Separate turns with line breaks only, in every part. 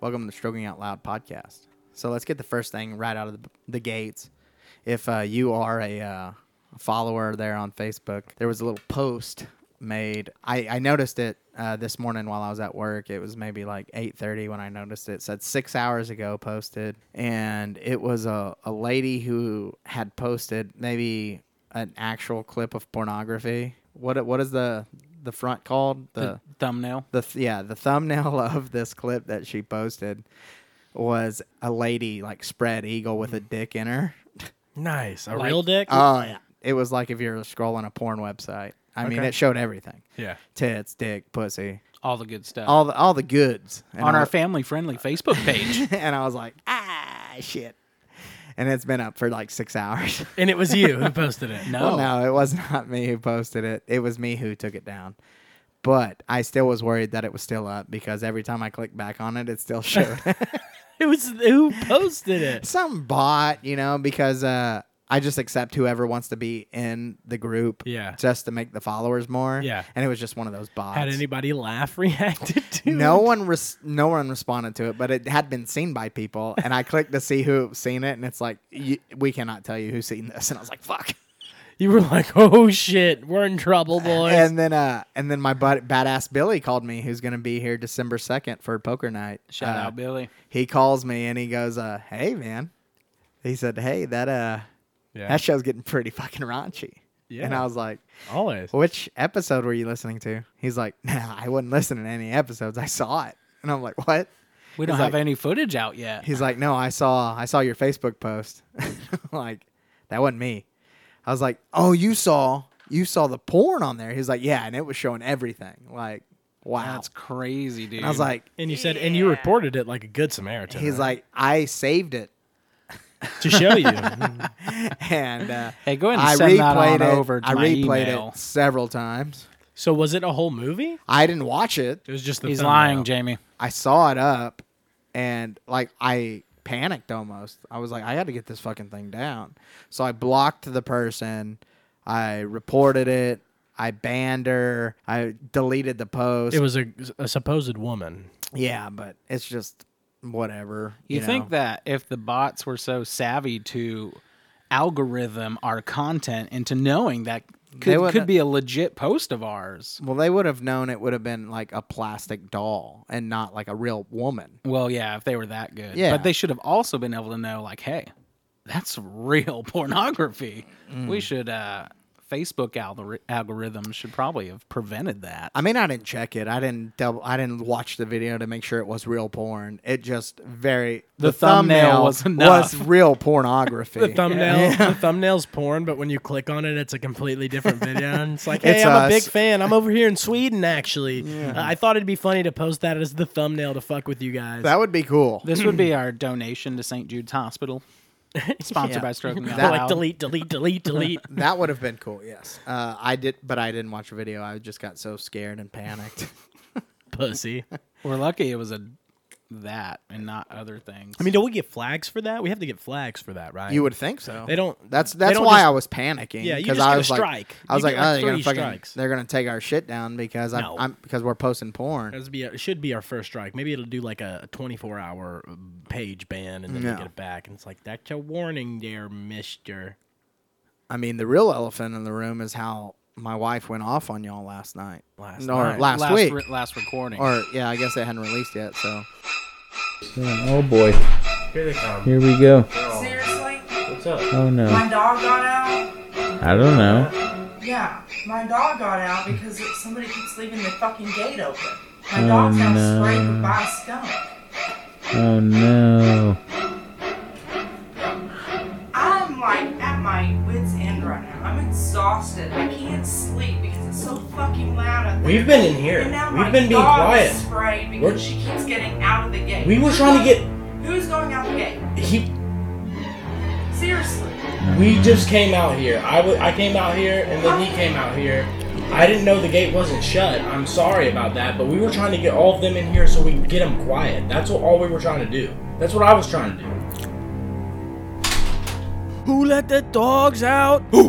Welcome to the Stroking Out Loud podcast. So let's get the first thing right out of the, the gates. If uh, you are a uh, follower there on Facebook, there was a little post made. I, I noticed it uh, this morning while I was at work. It was maybe like 8.30 when I noticed it. It said six hours ago posted. And it was a, a lady who had posted maybe an actual clip of pornography. What, what is the, the front called?
The thumbnail.
the th- yeah the thumbnail of this clip that she posted was a lady like spread eagle with a dick in her.
Nice. A
Like- uh,
real dick?
Oh yeah, it was like if you're scrolling a porn website. I mean,
Okay.
it showed everything:
yeah. Uh,
tits, dick, pussy,
All the good stuff.
all the all the goods. And
on
I-
our family friendly Facebook page.
and I was like, ah, shit. And it's been up for like six hours.
And it was you who posted it.
No.
Well, no, it was not me who posted it. It was me who took it down. But I still was worried that it was still up because every time I clicked back on it, it still showed.
It was who posted it.
some bot, you know, because uh, I just accept whoever wants to be in the group,
Yeah.
just to make the followers more,
Yeah.
And it was just one of those bots.
Had anybody laugh reacted to
no
it?
one, res- no one responded to it, but it had been seen by people, and I clicked to see who seen it, and it's like y- we cannot tell you who's seen this, and I was like, fuck.
You were like, oh shit, we're in trouble, boys.
And then, uh, and then my bud- badass Billy called me, who's gonna be here December second for poker night.
Shout
Uh,
out, Billy.
He calls me and he goes, uh, "Hey, man," he said, "Hey, that uh."
yeah.
that show's getting pretty fucking raunchy.
Yeah.
And I was like,
always.
which episode were you listening to? He's like, nah, I wasn't listening to any episodes. I saw it. And I'm like, what?
We don't
he's
have
like-
any footage out yet.
He's like, no, I saw, I saw your Facebook post. I'm like, that wasn't me. I was like, oh, you saw, you saw the porn on there. He's like, yeah. And it was showing everything. Like, wow.
That's crazy, dude.
and I was like,
And you said, and you reported it like a good Samaritan.
he's
right?
like, I saved it.
to show you.
And, uh,
Hey, go ahead and
I
send that
replayed
on
it.
over to
I
my
replayed
email.
it several times.
so was it a whole movie?
I didn't watch it.
It was just the
He's
thumbnail.
lying, Jamie.
I saw it up and like I panicked almost. I was like, I got to get this fucking thing down. So I blocked the person. I reported it. I banned her. I deleted the post.
It was a, a supposed woman.
yeah, but it's just whatever.
You,
You,
think
know?
that if the bots were so savvy to algorithm our content into knowing that
They
could,
would-
could be a legit post of ours?
Well, they would have known it would have been like a plastic doll and not like a real woman.
Well, yeah, if they were that good.
Yeah.
But they should have also been able to know, like, hey, that's real pornography.
Mm.
We should, uh, Facebook algori- algorithms should probably have prevented that. Uh,
I mean, I didn't check it. I didn't double. I didn't watch the video to make sure it was real porn. It just very
The thumbnail was enough.
was real pornography.
The thumbnail, the thumbnail's porn, but when you click on it, it's a completely different video. And it's like, hey,
It's
I'm a
us.
big fan. I'm over here in Sweden, actually. Uh, I thought it'd be funny to post that as the thumbnail to fuck with you guys.
That would be cool.
This would be our donation to St. Jude's Hospital, sponsored
Yeah.
by Stroking Out
But,
Loud.
like, delete, delete, delete, delete.
That would have been cool. Yes, uh, I did, but I didn't watch a video. I just got so scared and panicked.
Pussy.
We're lucky it was a that and not other things.
I mean, do we get flags for that? We have to get flags for that, right?
You would think so.
They don't-
That's
they
that's
don't
why
just-
I was panicking.
Yeah, you
'cause
just
I
get a
was like,
strike.
I was
You
like,
get,
oh, they're
like,
gonna
three
fucking,
strikes."
they're gonna take our shit down because
No.
I'm, I'm because we're posting porn.
That's be it should be our first strike. Maybe it'll do like a 24 hour page ban and then
No.
we get it back. And it's like, that's a warning there, mister.
I mean, the real elephant in the room is how my wife went off on y'all last night,
Last
or
night.
last, week,
re- last recording.
or yeah, I guess it hadn't released yet. So
Oh boy,
Here they come.
here we go.
Seriously?
What's up?
Oh no.
My dog got out?
I don't know.
Yeah, my dog got out because it, somebody keeps leaving the fucking gate open. My
Oh,
dog's now
no.
scraped by a skunk.
Oh no.
I'm like at my wits' end right now. I'm exhausted. I can't sleep because it's so fucking loud out there.
We've been in here.
And now
We've
my
been being
dog
quiet.
Is sprayed because
We're-
she keeps getting out of the gate. gate?
We were trying to get.
Who's going out the gate?
He.
Seriously.
We just came out here. I wa- I came out here, and then he came out here. I didn't know the gate wasn't shut. I'm sorry about that, but we were trying to get all of them in here so we could get them quiet. That's what all we were trying to do. That's what I was trying to do.
Who let the dogs out? Who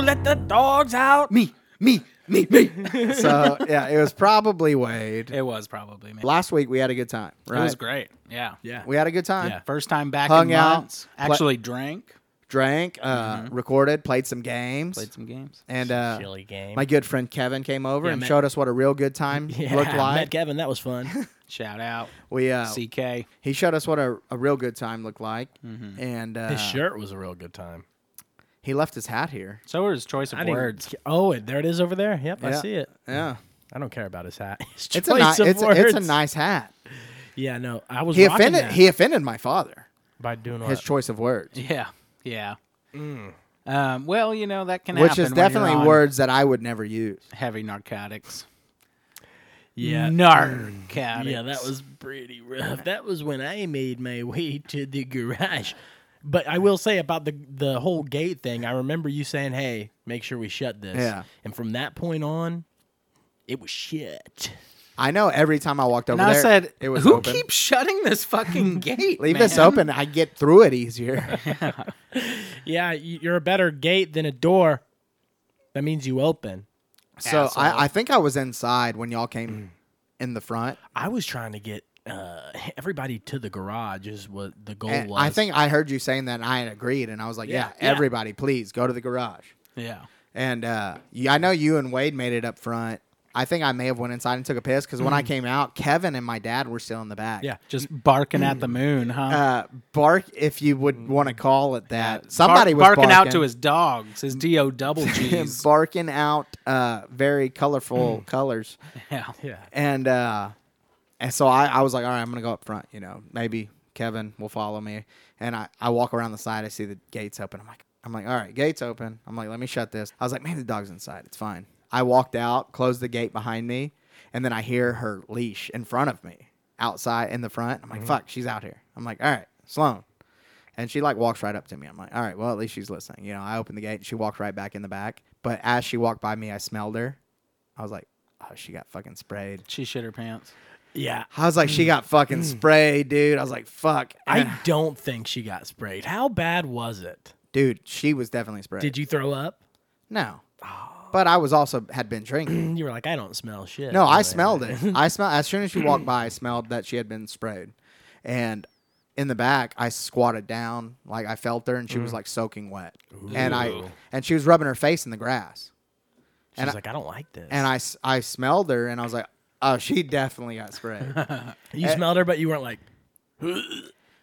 let the dogs out?
Me, me, me, me.
So yeah, it was probably Wade.
it was probably me.
Last week we had a good time, right?
It was great. Yeah.
Yeah.
We had a good time.
Yeah. First time back
Hung
in
out,
months.
pla-
Actually drank.
Drank, uh,
Mm-hmm.
recorded, played some games,
Played some games.
and uh,
Silly game.
my good friend Kevin came over
Yeah,
and
Matt-
showed us what a real good time
yeah,
looked
Met
like.
Kevin. That was fun.
Shout out.
we uh,
CK.
he showed us what a, a real good time looked like, and uh,
Mm-hmm. His shirt was a real good time.
he left his hat here.
So were his choice of
I didn't-
words.
Oh, it- there it is over there. Yep, I
Yeah.
see it.
Yeah,
I don't care about his hat. His
it's a ni-
choice of
it's, it's a
words.
nice hat.
Yeah, no, I was.
He
rocking
offended
that
he offended my father.
by doing
His choice of words,
Yeah. Yeah. Um, well, you know that can
Mm. which
happen.
is
when you're
definitely
on
words that I would never use.
Heavy narcotics.
Yeah.
Narcotics.
Yeah, that was pretty rough. That was when I made my way to the garage. But I will say about the the whole gate thing, I remember you saying, "Hey, make sure we shut this."
Yeah.
And from that point on, it was shit.
I know every time I walked over
And I
there,
said,
it was
"Who
open.
keeps shutting this fucking gate?
Leave
man?
this open. I get through it easier.
Yeah, y- you're a better gate than a door. That means you open.
so
Asshole.
I, I think I was inside when y'all
Mm.
came in the front.
I was trying to get uh, everybody to the garage is what the goal
And
was.
I think I heard you saying that and I had agreed. And I was like, yeah,
Yeah, yeah.
everybody, please go to the garage.
Yeah.
And uh, you- I know you and Wade made it up front. I think I may have went inside and took a piss because when I came out, Kevin and my dad were still in the back.
Mm. Yeah.
Just barking at the moon, huh?
Uh, bark if you
Mm.
would want to call it that.
Bark-
Somebody was
barking, out to his dogs, his D O double G's.
barking out uh, very colorful
Mm.
colors.
yeah.
yeah.
and uh and so I, I was like, all right, I'm gonna go up front, you know, maybe Kevin will follow me. And I, I walk around the side, I see the gates open. I'm like I'm like, all right, gates open. I'm like, let me shut this. I was like, man, the dog's inside. It's fine. I walked out, closed the gate behind me, and then I hear her leash in front of me, outside in the front. I'm like, fuck, she's out here. I'm like, all right, Sloan. And she like walks right up to me. I'm like, all right, well, at least she's listening. You know, I opened the gate and she walked right back in the back. But as she walked by me, I smelled her. I was like, oh, she got fucking sprayed.
She shit her pants.
Yeah.
I was like, she got fucking sprayed, dude. I was like, fuck. And-
Mm. I don't think she got sprayed. How bad was it?
dude, she was definitely sprayed.
Did you Ah. throw up?
No. But I was also had been drinking.
You were like, I don't smell shit.
No, I
Really.
smelled it. I smelled as soon as she walked by, I smelled that she had been sprayed. And in the back, I squatted down, like I felt her, and
Mm.
she was like soaking wet. And I and she was rubbing her face in the grass.
She's
I-
like, I don't like this.
And I, s- I smelled her, and I was like, oh, she definitely got sprayed. eh,
you smelled her, but you weren't like,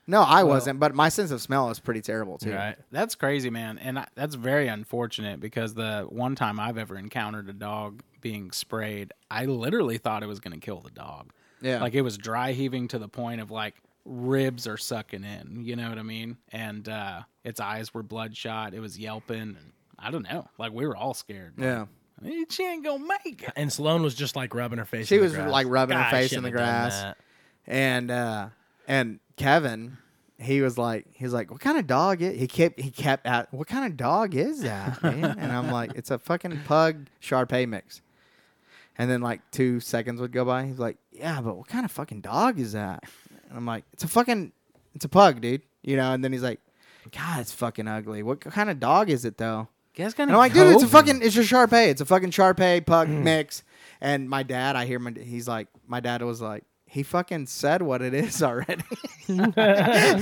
no, I wasn't, but my sense of smell is pretty terrible too.
right.
That's crazy, man. And I, that's very unfortunate because the one time I've ever encountered a dog being sprayed, I literally thought it was going to kill the dog.
Yeah.
Like it was dry heaving to the point of like ribs are sucking in. You know what I mean? And uh, its eyes were bloodshot. It was yelping. And I don't know. Like we were all scared. Like,
Yeah.
"Eh, she ain't going to make it.
And Sloan was just like rubbing her face.
She
in the
was,
grass.
like, rubbing her
God, I
face in
shouldn't
the
have done
grass.
that.
and uh and Kevin, he was like, he was like, what kind of dog? Is? He kept he kept at what kind of dog is that? Man? and I'm like, it's a fucking pug Shar Pei mix. And then like two seconds would go by. He's like, yeah, but what kind of fucking dog is that? And I'm like, it's a fucking, it's a pug, dude. You know. And then he's like, God, it's fucking ugly. What kind of dog is it though?
Guess gonna
And I'm like, dude, it's a fucking, it's your Shar Pei. It's a fucking Shar Pei pug mix. And my dad, I hear my, he's like, my dad was like, he fucking said what it is already. and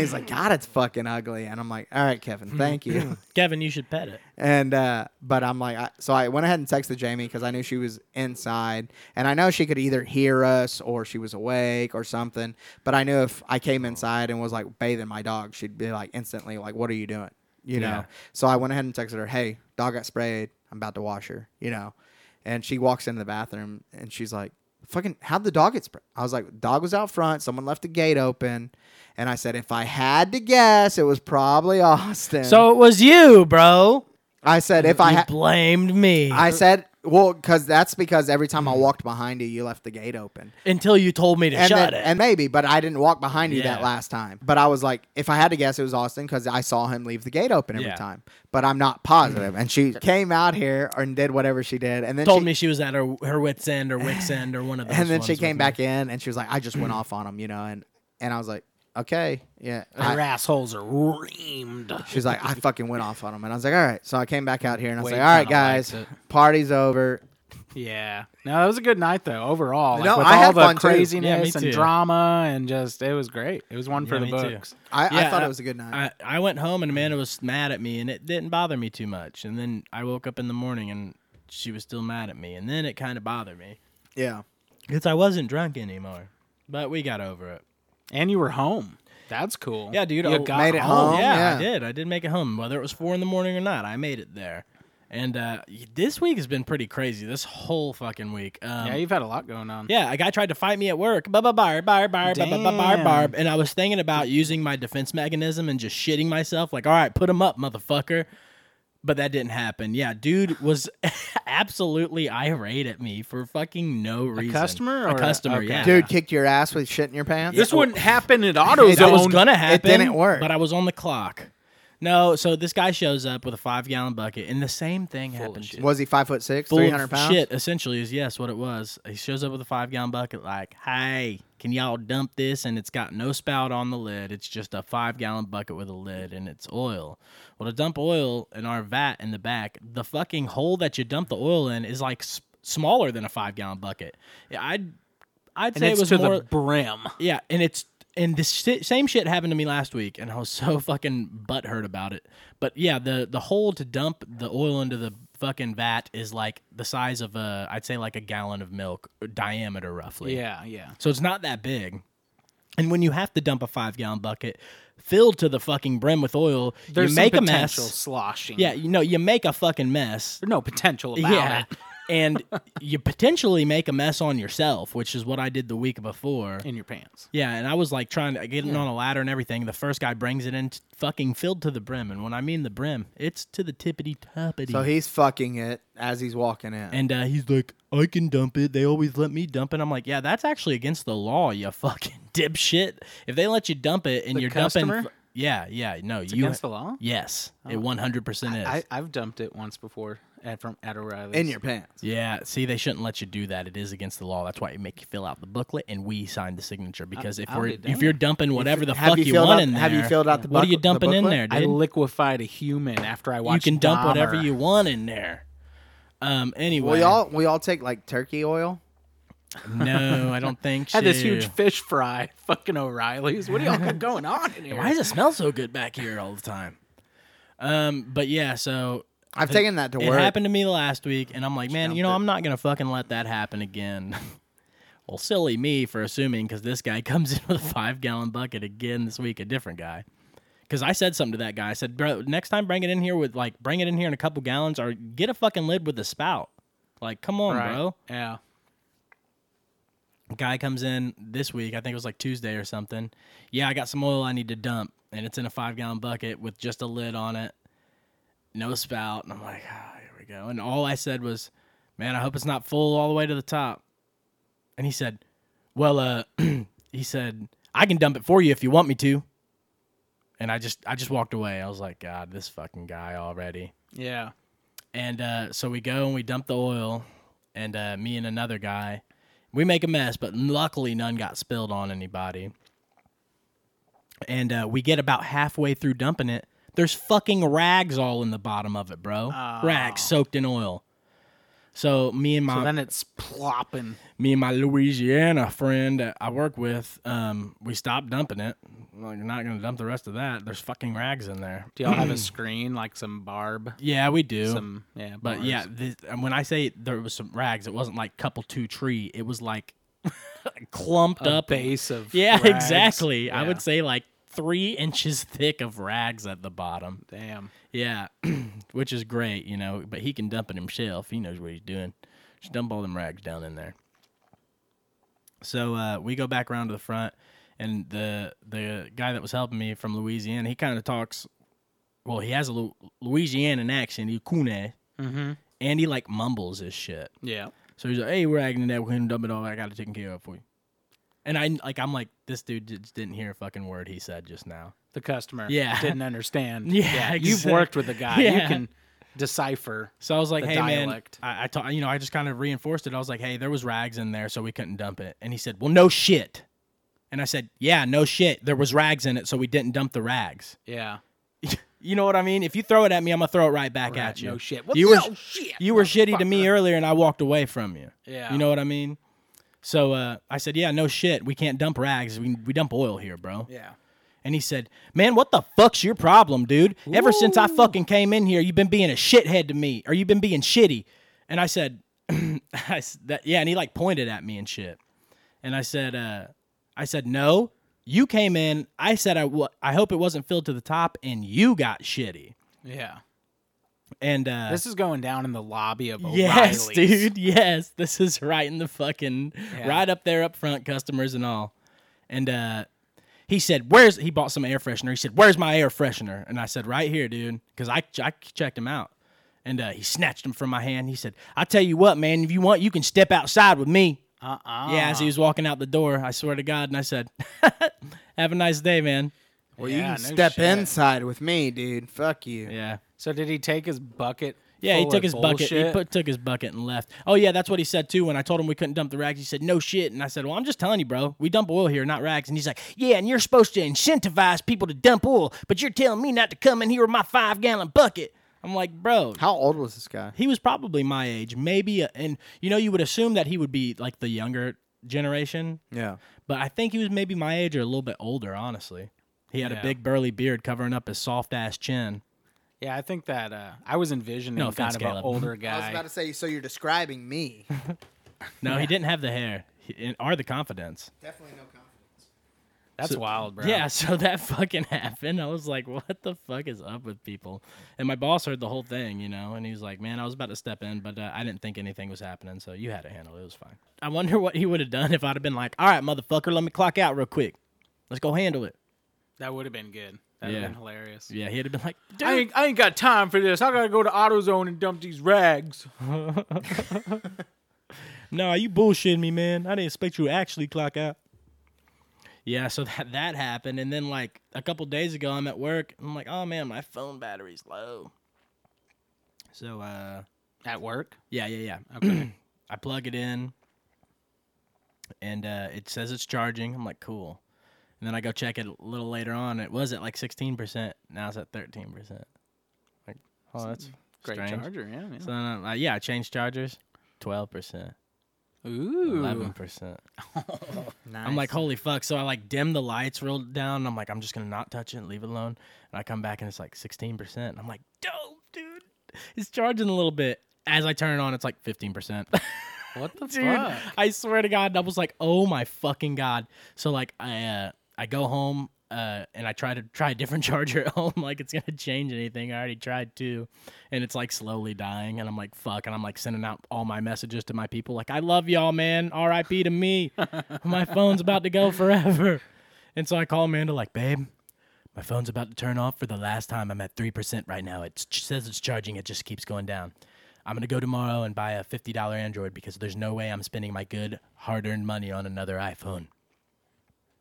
he's like, God, it's fucking ugly. And I'm like, all right, Kevin, thank you.
Kevin, you should pet it.
And, uh, but I'm like, I, so I went ahead and texted Jamie because I knew she was inside. And I know she could either hear us or she was awake or something. But I knew if I came inside and was like bathing my dog, she'd be like instantly, like, what are you doing? You know? So I went ahead and texted her, hey, dog got sprayed. I'm about to wash her, you know? And she walks into the bathroom and she's like, fucking, how'd the dog get sprayed? I was like, dog was out front. Someone left the gate open. And I said, if I had to guess, it was probably Austin.
So it was you, bro.
I said, if I
you
had.
blamed me.
I said Well, because that's because every time I walked behind you, you left the gate open.
until Mm-hmm. you told me to
And,
shut
then-
it.
and maybe, but I didn't walk behind you that
Yeah.
last time. But I was like, if I had to guess, it was Austin because I saw him leave the gate open every
Yeah.
time. But I'm not positive. And she came out here and did whatever she did, and then
Mm-hmm. told
she,
me she was at her, her wits end or wits end or one of those.
and then she
ones
came
with Mm.
back in and she was like, I just went off on him, you know, and and I was like, okay, yeah. I-
Your assholes are reamed.
She's like, I fucking went off on him. And I was like, all right. So I came back out here and I was
Wade
like, all right,
kinda likes
guys,
it.
party's over.
Yeah. No, that was a good night though. Overall, like,
No,
with
I
all
had
the
fun, too.
craziness
Yeah, me
and
too.
drama and just it was great. It was one for
Yeah,
the
me too.
books.
I, I
Yeah,
thought
I-
it was a good night.
I, I went home and Amanda was mad at me and it didn't bother me too much. And then I woke up in the morning and she was still mad at me. And then it kind of bothered me
yeah.
because I wasn't drunk anymore. But we got over it.
And you were home. That's cool.
Yeah, dude, oh,
You
I-
got
Made it home.
yeah,
yeah.
I did. I did make it home, whether it was four in the morning or not. I made it there. And uh, y- this week has been pretty crazy. This whole fucking week. Um,
Yeah, you've had a lot going on.
Yeah, a guy tried to fight me at work. Barb, barb, barb, barb, barb, barb,
Damn.
barb. And I was thinking about using my defense mechanism and just shitting myself. Like, all right, put him up, motherfucker. But that didn't happen. Yeah, dude was absolutely irate at me for fucking no reason.
customer
A
or-
customer,
okay.
yeah.
Dude kicked your ass with shit in your pants.
This wouldn't happen at
That was
AutoZone.
gonna happen.
didn't work.
But I was on the clock. No, so this guy shows up with a five gallon bucket, and the same thing happened. to
was he five foot six,
full
three
of
hundred pounds?
Shit, essentially is yes, what it was. He shows up with a five gallon bucket, like, hey, can y'all dump this? And it's got no spout on the lid. It's just a five gallon bucket with a lid, and it's oil. Well, to dump oil in our vat in the back, the fucking hole that you dump the oil in is like s- smaller than a five gallon bucket. Yeah, I'd I'd
And
say
it's
it was
to
more.
the brim.
Yeah, and it's and this shit, same shit happened to me last week, and I was so fucking butthurt about it. But yeah, the the hole to dump the oil into the fucking vat is like the size of a I'd say like a gallon of milk uh, diameter roughly.
Yeah, yeah.
So it's not that big. And when you have to dump a five gallon bucket filled to the fucking brim with oil,
There's
you
some
make a
potential
mess.
sloshing.
Yeah, you know, you make a fucking mess.
There's no potential about it.
and you potentially make a mess on yourself, which is what I did the week before.
In your pants.
Yeah, and I was like trying to get it on a ladder and everything. The first guy brings it in, t- fucking filled to the brim. And when I mean the brim, it's to the tippity toppity.
So he's fucking it as he's walking in.
and uh, he's like, I can dump it. They always let me dump it. I'm like, yeah, that's actually against the law, you fucking dipshit. If they let you dump it and
The
you're dumping.
customer?
f- yeah, yeah, no,
It's
you.
against the law?
Yes,
Oh.
it 100% is.
I, I've dumped it once before at from at O'Reilly's.
in your pants.
yeah, see, they shouldn't let you do that. It is against the law. That's why you make you fill out the booklet, and we sign the signature. Because if
I'll
we're
be damned.
if you're dumping whatever the
have
fuck
you
you,
filled
want
out-
in there,
have you filled out the
what are you
buckle- the
dumping in
booklet?
there?
I
dude?
liquefied a human after I
you
watched.
can dump whatever
Dahmer.
you want in there. Um. Anyway,
We all we all take like turkey oil.
no, I don't think.
Had this
so.
huge fish fry, fucking O'Reilly's. What do y'all got going on in here?
Why does it smell so good back here all the time? Um. But yeah, so
I've taken that to
it
work.
happened to me last week, and I'm like, man, you know, I'm not gonna fucking let that happen again. well, silly me for assuming because this guy comes in with a five gallon bucket again this week, a different guy. Because I said something to that guy. I said, bro, next time bring it in here with like bring it in here in a couple gallons, or get a fucking lid with a spout. Like, come on,
Right.
bro.
Yeah.
guy comes in this week. I think it was like Tuesday or something. Yeah, I got some oil I need to dump, and it's in a five gallon bucket with just a lid on it, no spout. And I'm like, ah, here we go. And all I said was, "Man, I hope it's not full all the way to the top." And he said, "Well, uh," he said, "I can dump it for you if you want me to." And I just, I just walked away. I was like, God, this fucking guy already.
Yeah.
And uh, so we go and we dump the oil, and uh, me and another guy, we make a mess, but luckily none got spilled on anybody. And uh, we get about halfway through dumping it. There's fucking rags all in the bottom of it, bro. Rags soaked in oil. So me and my
Ah. So then it's plopping.
me and my Louisiana friend that I work with, um, we stopped dumping it. Like, you're not gonna dump the rest of that. There's fucking rags in there.
Do y'all have a screen like some barb?
Yeah, we do.
Some yeah.
But
bars?
yeah, this, and when I say there was some rags, it wasn't like couple two tree. It was like clumped
a
up.
base of
yeah,
rags.
exactly. I
Yeah.
would say like three inches thick of rags at the bottom.
Damn.
Yeah, which is great, you know. But he can dump it himself. He knows what he's doing. Just dump all them rags down in there. So uh, we go back around to the front, and the the guy that was helping me from Louisiana, he kind of talks. Well, he has a Lu- Louisiana accent. He Kune.
Mm-hmm.
Andy like mumbles his shit.
Yeah.
So he's like, "Hey, we're acting that we can dump it all. I got it taken care of for you." And I like, I'm like, this dude just didn't hear a fucking word he said just now.
The customer
Yeah.
didn't understand.
Yeah,
You've
exact-
worked with the guy. You
Yeah.
can decipher.
So I was like,
The
"Hey,
dialect.
man, I, I ta- you know, I just kind of reinforced it. I was like, "Hey, there was rags in there, so we couldn't dump it." And he said, "Well, no shit." And I said, "Yeah, no shit. There was rags in it, so we didn't dump the rags."
Yeah.
You know what I mean? If you throw it at me, I'm gonna throw it right back
Right,
at you.
no shit. What
you
the
were
hell shit,
you were shitty to me
motherfucker?
earlier, and I walked away from you.
Yeah.
You know what I mean? So uh, I said, "Yeah, no shit. We can't dump rags. We we dump oil here, bro."
Yeah.
And he said, "Man, what the fuck's your problem, dude? Ever since I fucking came in here, you've been being a shithead to me, or you've been being shitty." And I said, I s- that, "Yeah," and he like pointed at me and shit. And I said, uh, "I said no. You came in. I said I wa- I hope it wasn't filled to the top, and you got shitty."
Yeah.
And uh,
This is going down in the lobby of O'Reilly's.
yes, dude, yes, this is right in the fucking
Yeah.
right up there up front, customers and all. And uh, he said, "Where's?" He bought some air freshener. He said, "Where's my air freshener?" And I said, "Right here, dude," because I I checked him out. And uh, he snatched him from my hand. He said, "I tell you what, man, if you want, you can step outside with me."
Uh-uh.
Yeah, as he was walking out the door, I swear to God, and I said, "Have a nice day, man."
Well,
Yeah,
you can
no
step
shit.
inside with me, dude. Fuck you.
Yeah.
So did he take his bucket?
Yeah, he
full
took
of
his bucket. He
bullshit?
put, took his bucket and left. Oh yeah, that's what he said too. When I told him we couldn't dump the rags, he said no shit, and I said, well, I'm just telling you, bro, we dump oil here, not rags. And he's like, yeah, and you're supposed to incentivize people to dump oil, but you're telling me not to come in here with my five gallon bucket. I'm like, bro,
How old was this guy?
he was probably my age, maybe, a, and you know, you would assume that he would be like the younger generation,
Yeah.
but I think he was maybe my age or a little bit older, honestly. He had
Yeah.
a big burly beard covering up his soft ass chin.
Yeah, I think that uh, I was envisioning
No
kind
offense,
of an
Caleb.
older
I was
guy.
about to say, so you're describing me.
No, he didn't have the hair he, or the confidence.
Definitely no confidence.
That's wild, bro.
Yeah, so that fucking happened. I was like, what the fuck is up with people? And my boss heard the whole thing, you know, and he was like, man, I was about to step in, but uh, I didn't think anything was happening, so you had to handle it. It was fine. I wonder what he would have done if I'd have been like, all right, motherfucker, let me clock out real quick. Let's go handle it.
that would have been good. That would
Yeah.
have been hilarious.
Yeah, he'd have been like, dude.
I ain't, I ain't got time for this. I gotta go to AutoZone and dump these rags.
No, you bullshitting me, man. I didn't expect you to actually clock out. Yeah, so that that happened, and then like a couple days ago, I'm at work. I'm like, oh man, my phone battery's low. So uh,
At work?
yeah, yeah, yeah.
Okay.
I plug it in, and uh, it says it's charging. I'm like, cool. And then I go check it a little later on. It was at like 16%. Now it's at 13%. Like, oh, that's
Great
strange.
charger, yeah. yeah.
So then I'm like, yeah, I changed chargers. 12%,
Ooh.
11%.
Nice.
I'm like, holy fuck. So I like dim the lights real down. And I'm like, I'm just gonna not touch it, leave it alone. And I come back and it's like 16%. And I'm like, dope, dude. It's charging a little bit. As I turn it on, it's like 15%.
What the
dude,
fuck?
I swear to God, I was like, oh my fucking God. So like I uh, I go home uh, and I try to try a different charger at home, like it's gonna change anything. I already tried two, and it's like slowly dying, and I'm like, fuck, and I'm like sending out all my messages to my people, like, I love y'all, man. R.I.P. to me. my phone's about to go forever. And so I call Amanda, like, babe, my phone's about to turn off for the last time. I'm at 3% right now. It ch- says it's charging, it just keeps going down. I'm going to go tomorrow and buy a $50 Android because there's no way I'm spending my good, hard earned money on another iPhone.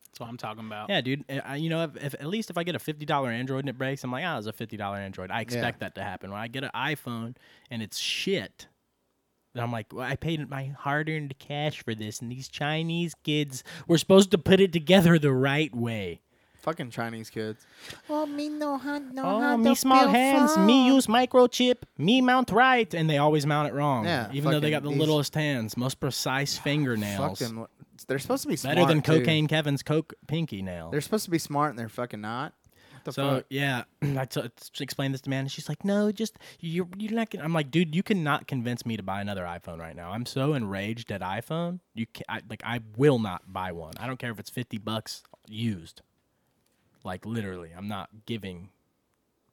That's what I'm talking about.
Yeah, dude. eh, I- I, you know, if, if, at least if I get a $50 Android and it breaks, I'm like, ah, it's a $50 Android. I expect that to happen. When I get an iPhone and it's shit, then I'm like, well, I paid my hard earned cash for this, and these Chinese kids were supposed to put it together the right way.
fucking Chinese kids. Oh, me no hand, no
Oh, me small hands, me use microchip, me mount right, and they always mount it wrong.
Yeah,
even though they
fucking
got the
these-
littlest hands, most precise
Fuck
fingernails.
them. They're supposed to be smart,
Better than
too.
cocaine Kevin's coke pinky nail.
They're supposed to be smart and they're fucking not. What the
so
fuck?
yeah, I t- t- explained this to Amanda. She's like, "No, just you're you're not." Gonna. I'm like, "Dude, you cannot convince me to buy another iPhone right now. I'm so enraged at iPhone. You can, I, like, I will not buy one. I don't care if it's fifty bucks used. Like, literally, I'm not giving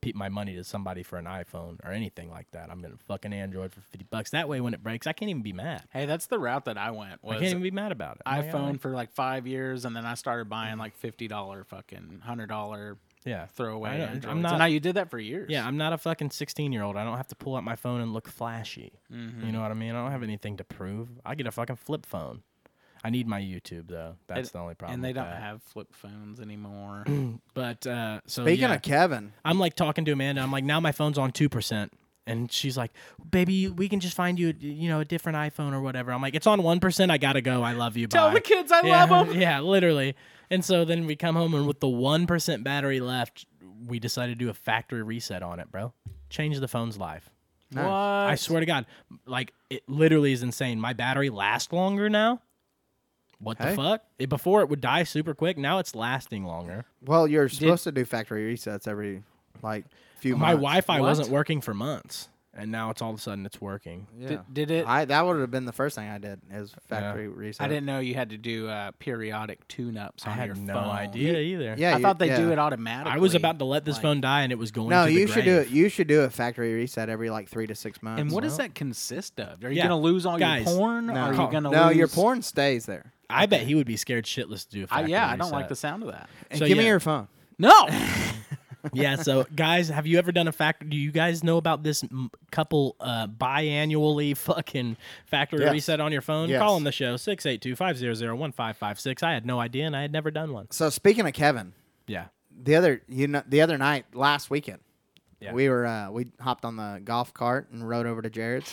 pe- my money to somebody for an iPhone or anything like that. I'm getting a fucking Android for 50 bucks. That way, when it breaks, I can't even be mad.
Hey, that's the route that I went.
I
Was
can't even be mad about it. I'm like,
iPhone
alright.
for like five years, and then I started buying like fifty dollar fucking hundred dollar
yeah.
throwaway.
I don't- I'm
Androids.
not-
And now you did that for years.
Yeah, I'm not a fucking 16 year old. I don't have to pull out my phone and look flashy.
Mm-hmm.
You know what I mean? I don't have anything to prove. I get a fucking flip phone. I need my YouTube though. That's the only problem.
and they
with
don't
that.
have flip phones anymore.
But uh, so
Speaking
yeah,
of Kevin,
I'm like talking to Amanda. I'm like, now my phone's on two percent, and she's like, baby, we can just find you, you know, a different iPhone or whatever. I'm like, it's on one percent. I gotta go. I love you.
Tell
bye."
the kids I
yeah,
love them.
Yeah, literally. And so then we come home, and with the one percent battery left, we decided to do a factory reset on it, bro. Change the phone's life.
Nice.
I swear to God, like it literally is insane. My battery lasts longer now. What
Hey.
the fuck? It, before it would die super quick. Now it's lasting longer.
well, you're supposed to do factory resets every like few
My
months.
Wi-Fi
What?
wasn't working for months, and now it's all of a sudden it's working.
Yeah.
Did, did it? I,
I that would have been the first thing I did is factory reset.
didn't know you had to do uh, periodic tune ups on
I
your
had no
phone.
idea either.
Yeah,
I
you-
thought they do
yeah.
it automatically.
I was about to let this phone die, and it was going.
No,
to the
you should do
grave.
it. You should do a factory reset every like three to six months.
And what does that consist of? Are you
Yeah.
gonna lose all
Guys,
your porn?
No,
or are you
Call-
gonna
no,
lose...
your porn stays there.
I bet he would be scared shitless to do a
I,
factory
yeah, I don't like the
reset.
sound of that.
And
So,
give me
yeah.
your phone.
No,
yeah. So, guys, have you ever done a factory? Do you guys know about this m- couple uh, biannually fucking factory
Yes.
reset on your phone?
Yes.
Call on the show 682-500-1556. I had no idea, and I had never done one.
So speaking of Kevin,
Yeah.
the other you know the other night last weekend,
Yeah.
we were uh, we hopped on the golf cart and rode over to Jared's.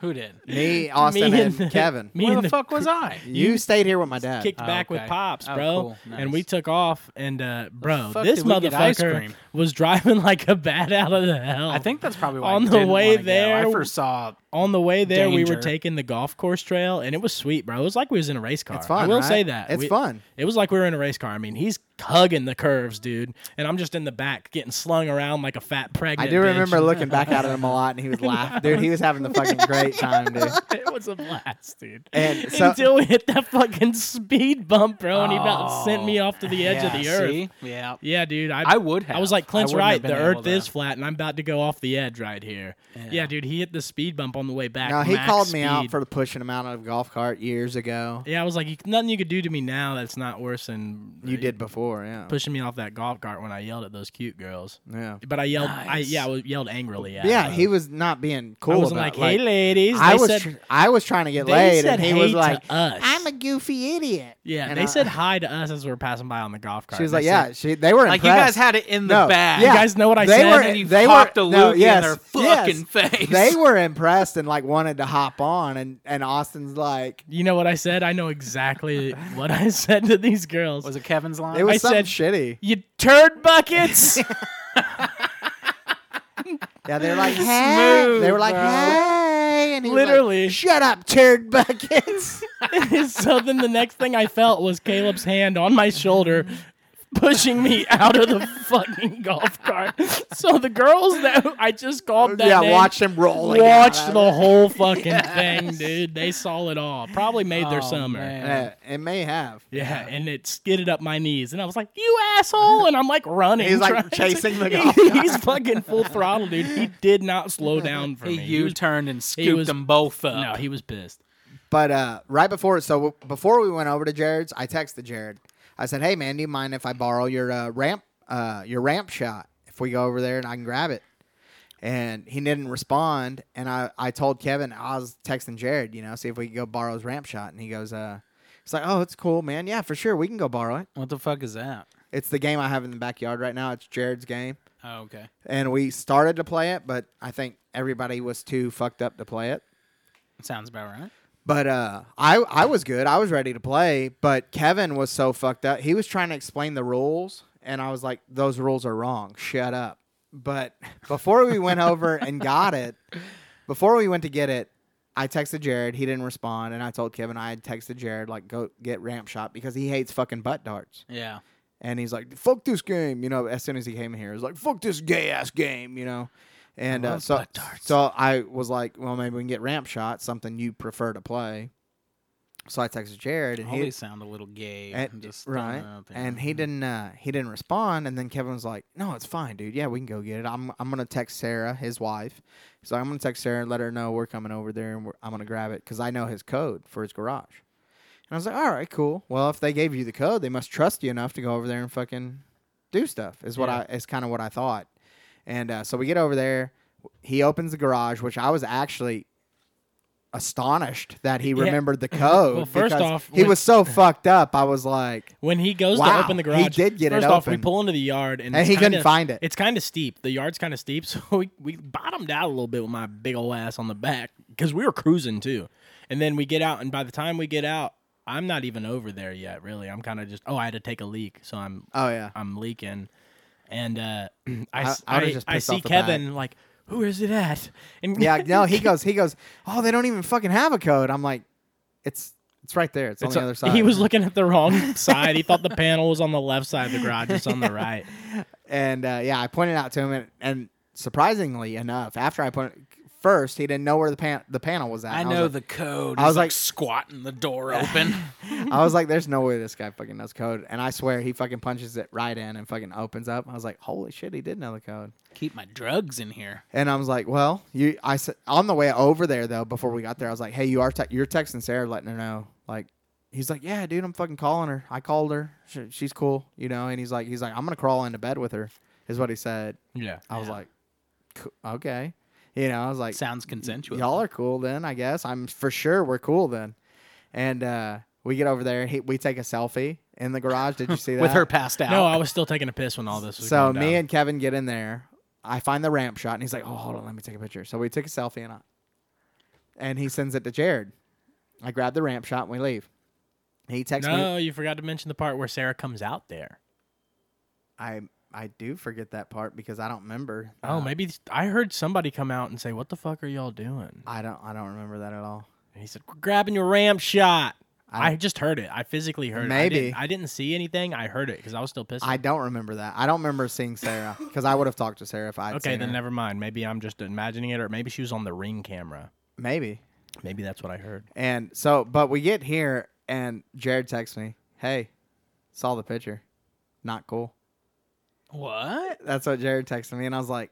who did?
me, Austin,
Me
and, Kevin.
Me
Where
and
the fuck was I?
you, stayed here with my dad.
kicked
Oh,
back with
okay.
pops,
Oh,
bro.
cool.
And
Nice.
we took off, and uh, bro,
fuck
this
did we get ice
motherfucker
cream?
was driving like a bat out of the hell.
I think that's probably why
On
I
the
didn't
way
wanna go.
there-
I first saw
on the way there we were
Danger.
taking the golf course trail, and it was sweet, bro. It was like we was in a race car.
It's fun,
I will
right?
say that
It's
We-
fun.
It was like we were in a race car. I mean, he's hugging the curves, dude, and I'm just in the back getting slung around like a fat
I
pregnant.
do
bitch.
remember looking back at him a lot, and he was laughing. Dude, he was having the fucking great time, dude.
it was a blast, dude.
And so-
Until we hit that fucking speed bump, bro, and he about sent me off to the edge
Oh, yeah,
of the earth.
see? Yeah,
Yeah, dude. I,
I would have.
I was like,
I
Clint's
wouldn't
right.
have
The
been
earth
able to-
is flat, and I'm about to go off the edge right here. Yeah,
Yeah.
dude. He hit the speed bump on the way back.
No, he
max
called me out
speed.
for pushing him out of a golf cart years ago.
Yeah, I was like, you, nothing you could do to me now that's not worse than
You did before, yeah.
pushing me off that golf cart when I yelled at those cute girls.
Yeah.
But I yelled, I yeah, I was- yelled angrily at.
Yeah,
them.
he was not being cool
I wasn't
about
like,
it.
hey, ladies.
I
they
was
said,
tr- I was trying to get
they
laid,
said
and he
hey
was
to
like,
us.
"I'm a goofy idiot."
yeah,
and
they
I-
said hi to us as we were passing by on the golf cart.
She was
and I
like,
said,
"Yeah, she." They were
like you
impressed.
guys had it in the
No,
bag.
yeah.
You guys know what I
They
said?
were-
And
and you
they
popped
were-
a
no,
Luke
yes,
in their
yes.
fucking face.
They were impressed and like wanted to hop on, and and Austin's like,
You know what I said? I know exactly what I said to these girls.
was it Kevin's line?
"It was
I
something
said-
shitty."
you turd buckets.
Yeah, they were like, "Hey," they were like,
bro.
"Hey," and he was like,
Literally.
"Shut up, turd buckets."
so then the next thing I felt was Caleb's hand on my shoulder pushing me out of the fucking golf cart. So the girls that I just called that
yeah,
name
watch them rolling.
watched
out of
the whole fucking thing, dude. They saw it all. Probably made their
Oh,
summer.
it.
man.
Yeah, Uh, it may have.
Yeah, and it skidded up my knees, and I was like, "You asshole!" And I'm like running.
He's, like,
trying to-
chasing the golf
He's fucking full throttle, dude. He did not slow down for
He
me. He was-
U-turned and scooped
was-
them both up.
no, he was pissed.
But uh, right before, so w- before we went over to Jared's, I texted Jared. I said, "Hey man, do you mind if I borrow your uh, ramp, uh, your ramp shot if we go over there and I can grab it?" And he didn't respond. And I, I told Kevin I was texting Jared, you know, see if we could go borrow his ramp shot. And he goes, "Uh, it's like, oh, it's cool, man. Yeah, for sure, we can go borrow it.
what the fuck is that?
It's the game I have in the backyard right now. It's Jared's game."
Oh, okay.
And we started to play it, but I think everybody was too fucked up to play it.
Sounds about right.
But uh, I I was good. I was ready to play. But Kevin was so fucked up. He was trying to explain the rules, and I was like, "Those rules are wrong. Shut up." But before we went over and got it, before we went to get it, I texted Jared. He didn't respond, and I told Kevin I had texted Jared like, "Go get ramp shot" because he hates fucking butt darts.
Yeah.
And he's like, "Fuck this game," you know. As soon as he came here, he was like, "Fuck this gay ass game," you know. And uh, so, so I was like, "Well, maybe we can get ramp shot, something you prefer to play." So I texted Jared, and
All
he
these sound a little gay.
and,
just throwing
right,
that out there.
and he didn't uh, he didn't respond. And then Kevin was like, "No, it's fine, dude. Yeah, we can go get it. I'm I'm gonna text Sarah, his wife. He's like, I'm gonna text Sarah and let her know we're coming over there, and we're, I'm gonna grab it because I know his code for his garage." And I was like, "All right, cool. Well, if they gave you the code, they must trust you enough to go over there and fucking do stuff." Is what I is kind of what I thought. And uh, so we get over there. He opens the garage, which I was actually astonished that he remembered the code.
Well, first
because
off,
he
when-
was so fucked up. I was like,
When he goes
Wow,
to open the
he
garage,
did get it
first off, we
open.
pull into the yard, and,
And
it's
he couldn't
kinda-
find it.
It's kind of steep. The yard's kind of steep, so we we bottomed out a little bit with my big ol' ass on the back because we were cruising too. And then we get out, and by the time we get out, I'm not even over there yet. Really, I'm kind of just oh, I had to take a leak, so I'm
"Oh yeah,
I'm leaking, and uh, I
I-
s-
I would've
I-
just
I
pissed
see
off the
Kevin like, who is it at? And
yeah." No, he goes, he goes. Oh, they don't even fucking have a code. I'm like, it's it's right there. It's, on
It's
the
a-
other side.
He was looking at the wrong side. He thought the panel was on the left side of the garage. It's on the right.
and uh, yeah, I pointed out to him, and, and surprisingly enough, after I pointed first, he didn't know where the pan- the panel was at.
I
And was
know
like-
the code.
I
He's
was like-
squatting the door open.
I was like, there's no way this guy fucking knows code. And I swear he fucking punches it right in and fucking opens up. I was like, holy shit, he did know the code.
Keep my drugs in here.
And I was like, well, you, I said, on the way over there though, before we got there, I was like, hey, you are, te- you're texting Sarah, letting her know. Like, he's like, yeah, dude, I'm fucking calling her. I called her. Sh she's cool, you know? And he's like, he's like, I'm going to crawl into bed with her, is what he said.
Yeah.
I was like, "Co- okay. You know, I was like,
Sounds consensual.
y'all are cool then i guess i'm for sure we're cool then and uh we get over there he, we take a selfie in the garage did you see that
with her passed out.
No, I was still taking a piss when all this was
so
going
me
down.
and kevin get in there i find the ramp shot and he's like oh hold on let me take a picture so we took a selfie and I, and he sends it to jared i grab the ramp shot and we leave he texts me
No, you forgot to mention the part where Sarah comes out there.
i i do forget that part because i don't remember
Oh,
uh,
maybe I heard somebody come out and say, "What the fuck are y'all doing?"
i don't i don't remember that at all
And he said, "We're grabbing your ramp shot."
I-
I, just heard it. I physically heard
Maybe.
it. I didn't, I didn't see anything. I heard it because I was still pissed.
I don't remember that. I don't remember seeing Sarah because I would have talked to Sarah if I had
okay,
seen
then
her.
never mind. Maybe I'm just imagining it, or maybe she was on the ring camera.
maybe
Maybe that's what I heard.
And so, but we get here, and Jared texts me, "Hey, saw the picture, not cool."
what?
That's what Jared texted me, and I was like,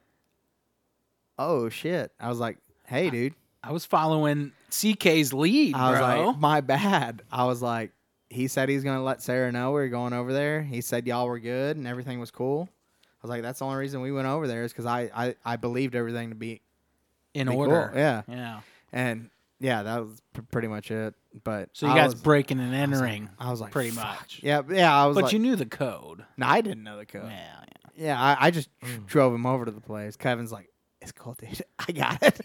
"Oh shit!" I was like, "Hey, dude,"
I was following CK's lead,
I was
bro.
like, "My bad." I was like, "He said he's gonna let Sarah know we were going over there. He said y'all were good and everything was cool." I was like, "That's the only reason we went over there is because I, I I believed everything to be
in
be
order.
cool. Yeah,
Yeah.
and yeah, that was p- pretty much it. But
So you
I
guys
was-
breaking and entering.
I was like,
pretty
"Fuck."
much.
Yeah, yeah. I was
But
like,
you knew the code.
no, I didn't know the code.
Yeah.
Yeah, I, I just
Mm.
dr- drove him over to the place. Kevin's like, it's cool, dude. I got it.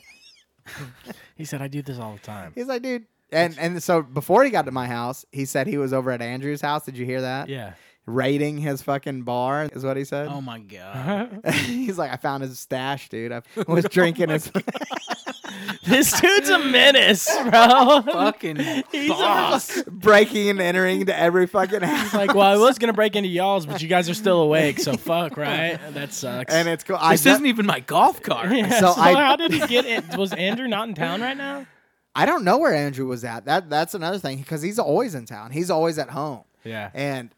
He said, "I do this all the time."
He's like, dude. And and so before he got to my house, he said he was over at Andrew's house. Did you hear that?
Yeah.
Raiding his fucking bar is what he said.
Oh my god.
He's like, I found his stash, dude. I was
Oh
drinking his.
this dude's a menace, bro.
Fucking
He's a-
boss.
breaking and entering to every fucking house.
Like, well, I was gonna break into y'all's, but you guys are still awake, so fuck, right? That sucks.
and it's cool. I
This
do-
isn't even my golf cart.
Yeah,
So
so
I-
how did he get it? Was Andrew not in town right now?
I don't know where Andrew was at. That that's another thing because he's always in town. He's always at home.
Yeah.
And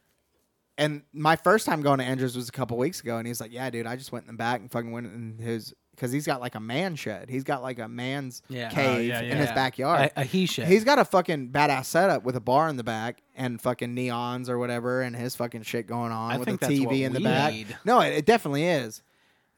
and my first time going to Andrews was a couple weeks ago, and he's like, "Yeah, dude, I just went in the back and fucking went in his because he's got like a man shed. He's got like a man's
Yeah. Oh,
cave
yeah,
in
yeah.
his backyard.
A, a he shed.
he's got a fucking badass setup with a bar in the back and fucking neons or whatever, and his fucking shit going on
I
with
think
a
that's
TV
what
in the
we
back.
need.
No, it, it definitely is,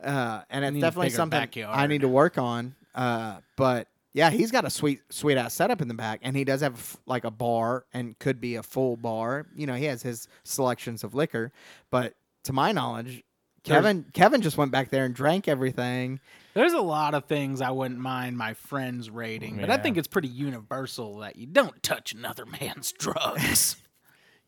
uh, and it's
need a
definitely
bigger
something
backyard.
I need to work on. Uh, but yeah, he's got a sweet, sweet ass setup in the back, and he does have f- like a bar and could be a full bar. You know, he has his selections of liquor, but to my knowledge, Kevin Kevin just went back there and drank everything.
There's a lot of things I wouldn't mind my friends rating, but I
Yeah.
think it's pretty universal that you don't touch another man's drugs.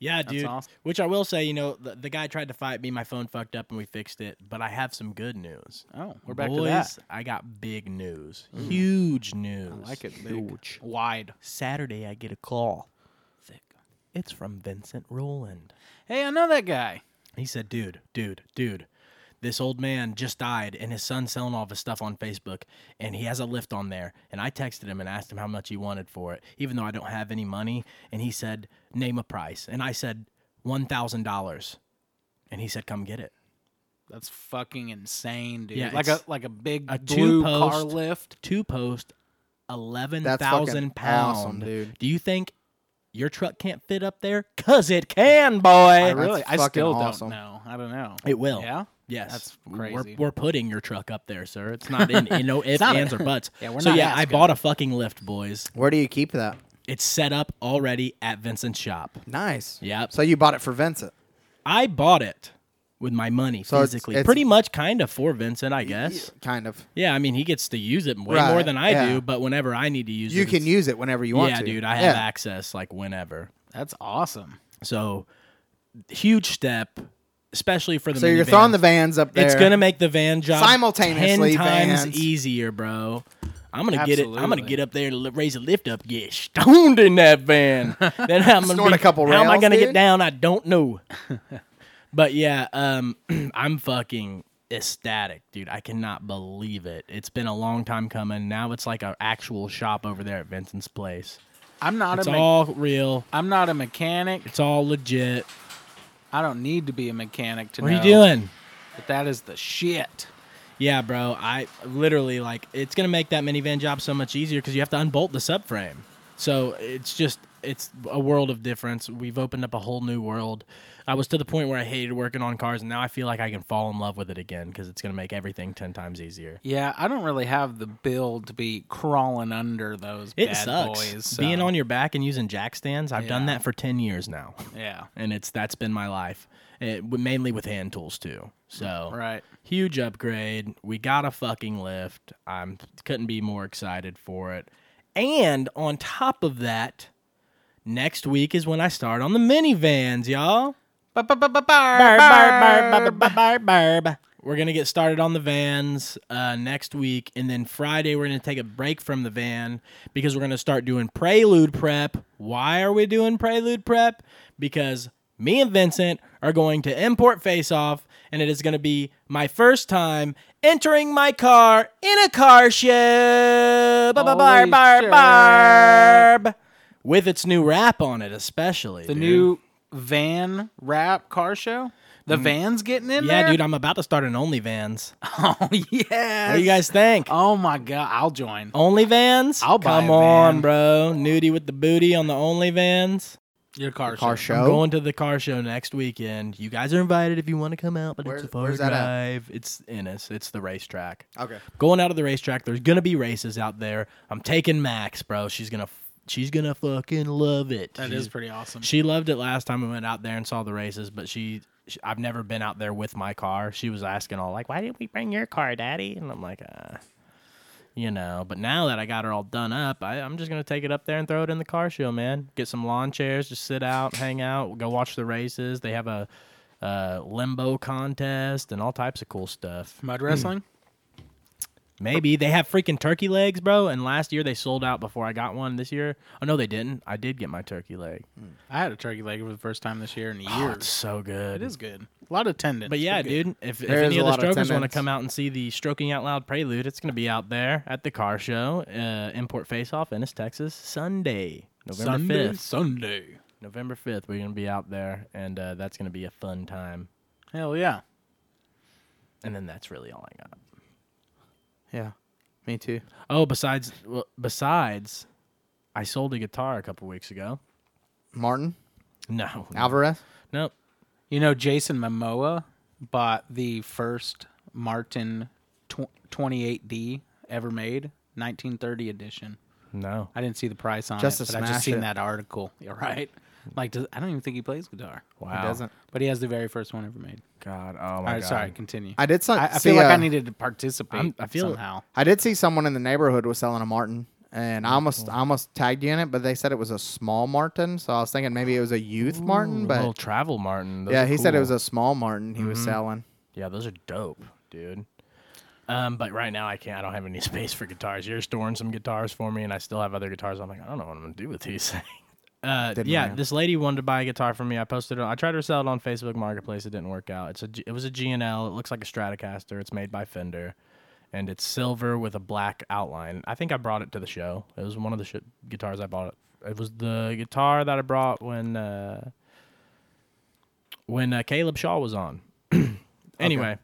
Yeah, dude.
awesome.
Which I will say, you know, the, the guy tried to fight me. My phone fucked up and we fixed it. But I have some good news.
oh, we're back
Boys,
to that. Mm.
I got big news. Huge news.
I like it big. Wide.
Saturday, I get a call. Thick. It's from Vincent Roland.
Hey, I know that guy.
He said, dude, dude, dude, this old man just died and his son's selling all of his stuff on Facebook and he has a lift on there. And I texted him and asked him how much he wanted for it, even though I don't have any money. And he said, name a price. And I said, $1,000. And he said, come get it.
That's fucking insane, dude.
Yeah,
like a
it's
like a big
a
blue car
two-post-
lift.
Two post, 11,000
fucking
pounds.
awesome, dude.
Do you think your truck can't fit up there? Because it can, boy.
I really, I
fucking
still
awesome.
don't know. I don't know.
It will.
Yeah.
Yes.
That's
We're-
crazy.
We're, putting your truck up there, sir. It's not in you know ifs,
not-
ands, or buts.
Yeah, we're
so
not
yeah, I
asking.
bought a fucking lift, boys.
Where do you keep that?
It's set up already at Vincent's shop.
Nice.
Yep.
So you bought it for Vincent.
I bought it with my money
So it's-
physically,
it's-
pretty much kind of for Vincent, I guess.
Kind of.
Yeah, I mean he gets to use it way
Right,
more than I
yeah.
do, but whenever I need to use
You
it,
can
it's-
use it whenever you want
yeah,
to.
dude, I have
Yeah.
access like whenever.
That's awesome.
So huge step, especially for the.
So you're
minivan.
throwing the vans up there.
It's gonna make the van job
Simultaneously,
ten times
vans.
easier, bro. I'm gonna get it. I'm gonna
Absolutely.
get up there and li- raise a lift up, get stoned in that van. then I'm gonna
Snort
be-
a couple
How am I
rails,
gonna get
dude.
down? I don't know. but yeah, um, I'm fucking ecstatic, dude. I cannot believe it. It's been a long time coming. Now it's like an actual shop over there at Vincent's place.
I'm not
It's
a me-
all real.
I'm not a mechanic.
It's all legit.
I don't need to be a mechanic to
What
know.
are you doing?
But that is the shit.
Yeah, bro. I literally like it's gonna make that minivan job so much easier because you have to unbolt the subframe. So it's just it's a world of difference. We've opened up a whole new world. I was to the point where I hated working on cars, and now I feel like I can fall in love with it again because it's gonna make everything ten times easier.
Yeah, I don't really have the build to be crawling under those
It
bad
sucks
boys. so-
being on your back and using jack stands. I've done
Yeah.
that for ten years now,
Yeah.
and it's that's been my life. It, mainly with hand tools too. So
Right.
huge upgrade. We got a fucking lift. I'm couldn't be more excited for it. And on top of that, next week is when I start on the minivans, y'all. Barb, barb, barb, barb, barb, barb, barb. We're gonna get started on the vans uh, next week, and then Friday we're gonna take a break from the van because we're gonna start doing prelude prep. Why are we doing prelude prep? Because me and Vincent are going to import Face Off, and it is gonna be my first time entering my car in a car show. Barb, barb,
Holy
barb,
shit.
barb. With its new wrap on it, especially
The
dude.
new van rap car show? The van's getting in
Mm. Yeah,
there?
dude, I'm about to start an OnlyFans.
Oh, yes.
What do you guys think?
Oh, my God. I'll join.
Oh, OnlyFans?
I'll buy
Come
a
on,
van.
bro. Nudie with the booty on the OnlyFans.
Your car,
Car
show.
show.
I'm going to the car show next weekend. You guys are invited if you want to come out, but
Where-
it's a far
where's that at?
drive. It's Ennis. It's the racetrack.
okay.
Going out of the racetrack. There's gonna be races out there. I'm taking Max, bro. She's gonna she's gonna fucking love it.
That
She's-
is pretty awesome.
She loved it last time we went out there and saw the races, but she, she I've never been out there with my car. She was asking all like, "Why didn't we bring your car, Daddy?" And I'm like, uh, you know. But now that I got her all done up, I, I'm just gonna take it up there and throw it in the car show, man. Get some lawn chairs, just sit out, hang out, go watch the races. They have a uh, limbo contest and all types of cool stuff.
Mud wrestling?
Maybe they have freaking turkey legs, bro. And last year they sold out before I got one. This year, oh no, they didn't. I did get my turkey leg.
I had a turkey leg for the first time this year in years.
Oh, it's so good.
It is good. A lot of tendons.
But yeah,
good.
dude, if, if
There is
any
a
of the
lot of
strokers want to
attendance.
come out and see the Stroking Out Loud Prelude, it's going to be out there at the car show, uh, Import Face Off, Ennis, Texas, Sunday, November
Sunday,
5th.
Sunday.
November 5th, we're going to be out there, and uh, that's going to be a fun time.
Hell yeah.
And then that's really all I got.
Yeah. Me too.
Oh, besides, well, besides, I sold a guitar a couple weeks ago.
Martin
No.
Alvarez.
Nope.
You know, Jason Momoa bought the first Martin tw- 28D ever made, 1930 edition.
No.
I didn't see the price on
Just
it,
to
but I just
smash
seen
it.
that article. Yeah, right. Like, does, I don't even think he plays guitar,
Wow.
doesn't.
but he has the very first one ever made.
God. Oh, my
All right,
God.
sorry, continue.
I did some.
I, I
see,
feel like
uh,
I needed to participate.
I'm- I
I
feel-
feel somehow.
I did see someone in the neighborhood was selling a Martin, and I almost I almost tagged you in it, but they said it was a small Martin, so I was thinking maybe it was a youth Martin,
little
but
travel, Martin. Those
yeah,
are
he said it
oh, cool.
was a small Martin he was
Mm-hmm.
selling.
Yeah, those are dope, dude. Um, but right now I can't. I don't have any space for guitars. You're storing some guitars for me, and I still have other guitars. I'm like, I don't know what I'm gonna do with these. uh,
Didn't
yeah,
land.
this lady wanted to buy a guitar from me. I posted it. I tried to sell it on Facebook Marketplace. It didn't work out. It's a G- it was a G&L. It looks like a Stratocaster. It's made by Fender, and it's silver with a black outline. I think I brought it to the show. It was one of the sh- guitars I bought. It was the guitar that I brought when uh, when uh, Caleb Shaw was on. anyway.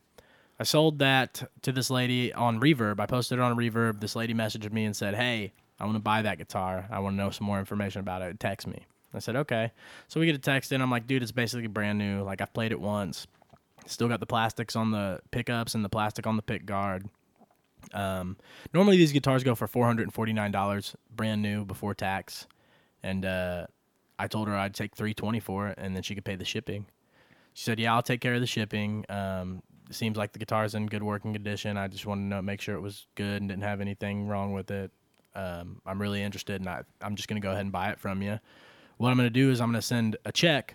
I sold that to this lady on Reverb. I posted it on Reverb. This lady messaged me and said, "Hey, I want to buy that guitar. I want to know some more information about it. Text me." I said, "Okay." So we get a text in. I'm like, "Dude, it's basically brand new. Like I've played it once. Still got the plastics on the pickups and the plastic on the pick guard." Um, normally these guitars go for four hundred and forty nine dollars, brand new before tax, and uh, I told her I'd take three twenty for it, and then she could pay the shipping. She said, "Yeah, I'll take care of the shipping. Um, it seems like the guitar's in good working condition. I just wanted to know, make sure it was good and didn't have anything wrong with it. Um, I'm really interested, and I, I'm just gonna go ahead and buy it from you. What I'm gonna do is I'm gonna send a check,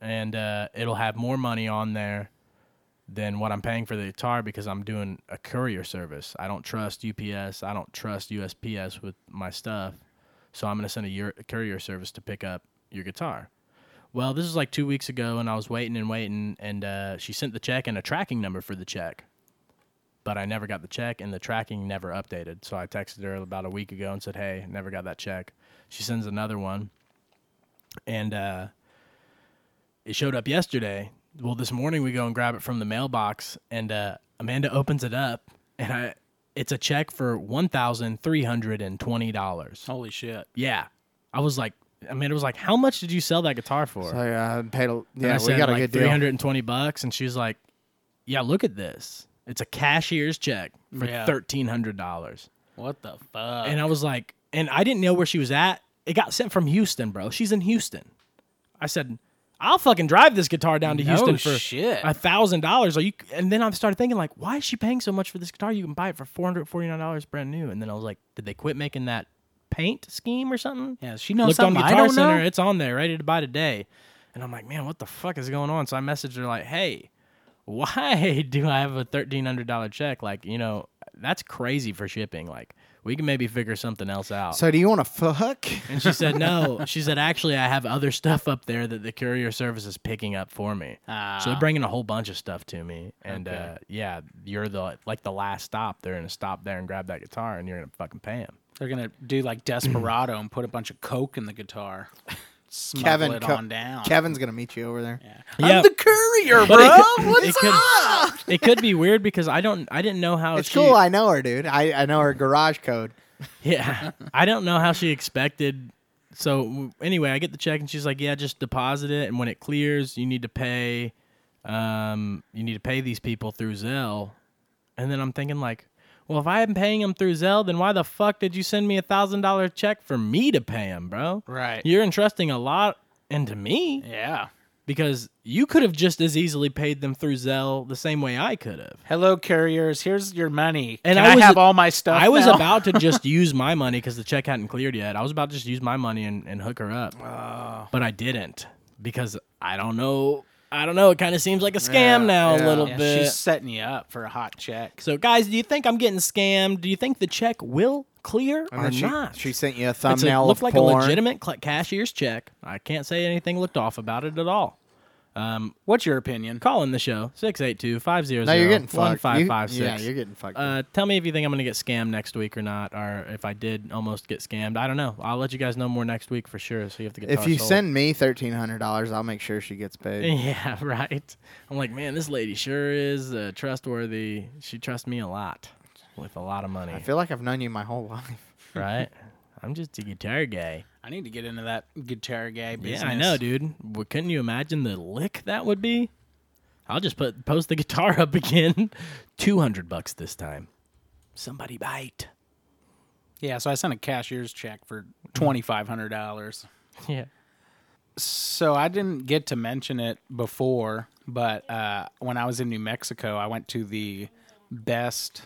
and uh, it'll have more money on there than what I'm paying for the guitar because I'm doing a courier service. I don't trust UPS. I don't trust USPS with my stuff. So I'm going to send a year, courier service to pick up your guitar. Well, this is like two weeks ago, and I was waiting and waiting, and uh, she sent the check and a tracking number for the check. But I never got the check, and the tracking never updated. So I texted her about a week ago and said, Hey, never got that check. She sends another one, and uh, it showed up yesterday. Well, this morning we go and grab it from the mailbox, and uh, Amanda opens it up, and I, it's a check for one thousand three hundred and twenty dollars.
Holy shit.
Yeah, I was like, Amanda was like, "How much did you sell that guitar for?"
So yeah, I paid a,
And
yeah,
I
we
said,
got a
like,
good
Three
deal.
hundred and twenty bucks, and she's like, "Yeah, look at this. It's a cashier's check for
Yeah.
thirteen hundred dollars."
What the fuck?
and I was like, and I didn't know where she was at. It got sent from Houston, bro. She's in Houston. I said, I'll fucking drive this guitar down to
No
Houston for
shit.
a thousand dollars. Are you? And then I started thinking, like, why is she paying so much for this guitar? You can buy it for four hundred forty nine dollars brand new. And then I was like, did they quit making that paint scheme or something?
yeah, she knows
looked
something
on
I
Guitar
don't
Center.
know.
It's on there, ready to buy today. And I'm like, man, what the fuck is going on? So I messaged her like, hey, why do I have a thirteen hundred dollar check? Like, you know, that's crazy for shipping. Like, we can maybe figure something else out.
So do you want to fuck?
and she said, no. She said, actually, I have other stuff up there that the courier service is picking up for me.
Ah.
So they're bringing a whole bunch of stuff to me, and
Okay.
uh, yeah, you're the like the last stop. They're gonna stop there and grab that guitar, and you're gonna fucking pay them.
They're gonna do like Desperado and put a bunch of coke in the guitar. Smuggle
Kevin,
it
co-
on down.
Kevin's gonna meet you over there.
yeah,
I'm the courier, bro.
it
What's
could-
up?
it could be weird because I don't I didn't know how
It's
she,
cool. I know her, dude. I, I know her garage code.
yeah, I don't know how she expected. So w- anyway, I get the check and she's like, "Yeah, just deposit it, and when it clears, you need to pay. Um, you need to pay these people through Zelle." And then I'm thinking like, "Well, if I am paying them through Zelle, then why the fuck did you send me a thousand dollar check for me to pay them, bro?
Right.
You're entrusting a lot into me
Yeah.
because you could have just as easily paid them through Zelle the same way I could have."
Hello, couriers. Here's your money.
And
Can
I
I,
was-
have all my stuff.
I was
now?
about to just use my money because the check hadn't cleared yet. I was about to just use my money and, and hook her up,
Ah.
but I didn't because I don't know. I don't know. It kind of seems like a scam now
yeah.
a little
Yeah,
bit.
She's setting you up for a hot check.
So, guys, do you think I'm getting scammed? Do you think the check will clear
And
or
then she,
not?
She sent you a
It's a-
thumbnail.
looked
of
like
porn.
a legitimate cl- cashier's check. I can't say anything looked off about it at all. Um,
What's your opinion?
Call in the show 682 500
No, you're getting fucked. You- yeah, you're getting fucked.
Uh, tell me if you think I'm going to get scammed next week or not, or if I did almost get scammed. I don't know. I'll let you guys know more next week for sure. Oh, So you have to get.
if you send me thirteen hundred dollars, I'll make sure she gets paid.
Yeah, right. I'm like, man, this lady sure is uh, trustworthy. She trusts me a lot with a lot of money,
I feel like I've known you my whole life.
right? I'm just a guitar guy.
I need to get into that guitar guy business.
Yeah, I know, dude. Well, couldn't you imagine the lick that would be? I'll just put post the guitar up again. Two hundred bucks this time. Somebody bite.
Yeah, so I sent a cashier's check for twenty five hundred dollars.
Yeah.
So I didn't get to mention it before, but uh, when I was in New Mexico, I went to the best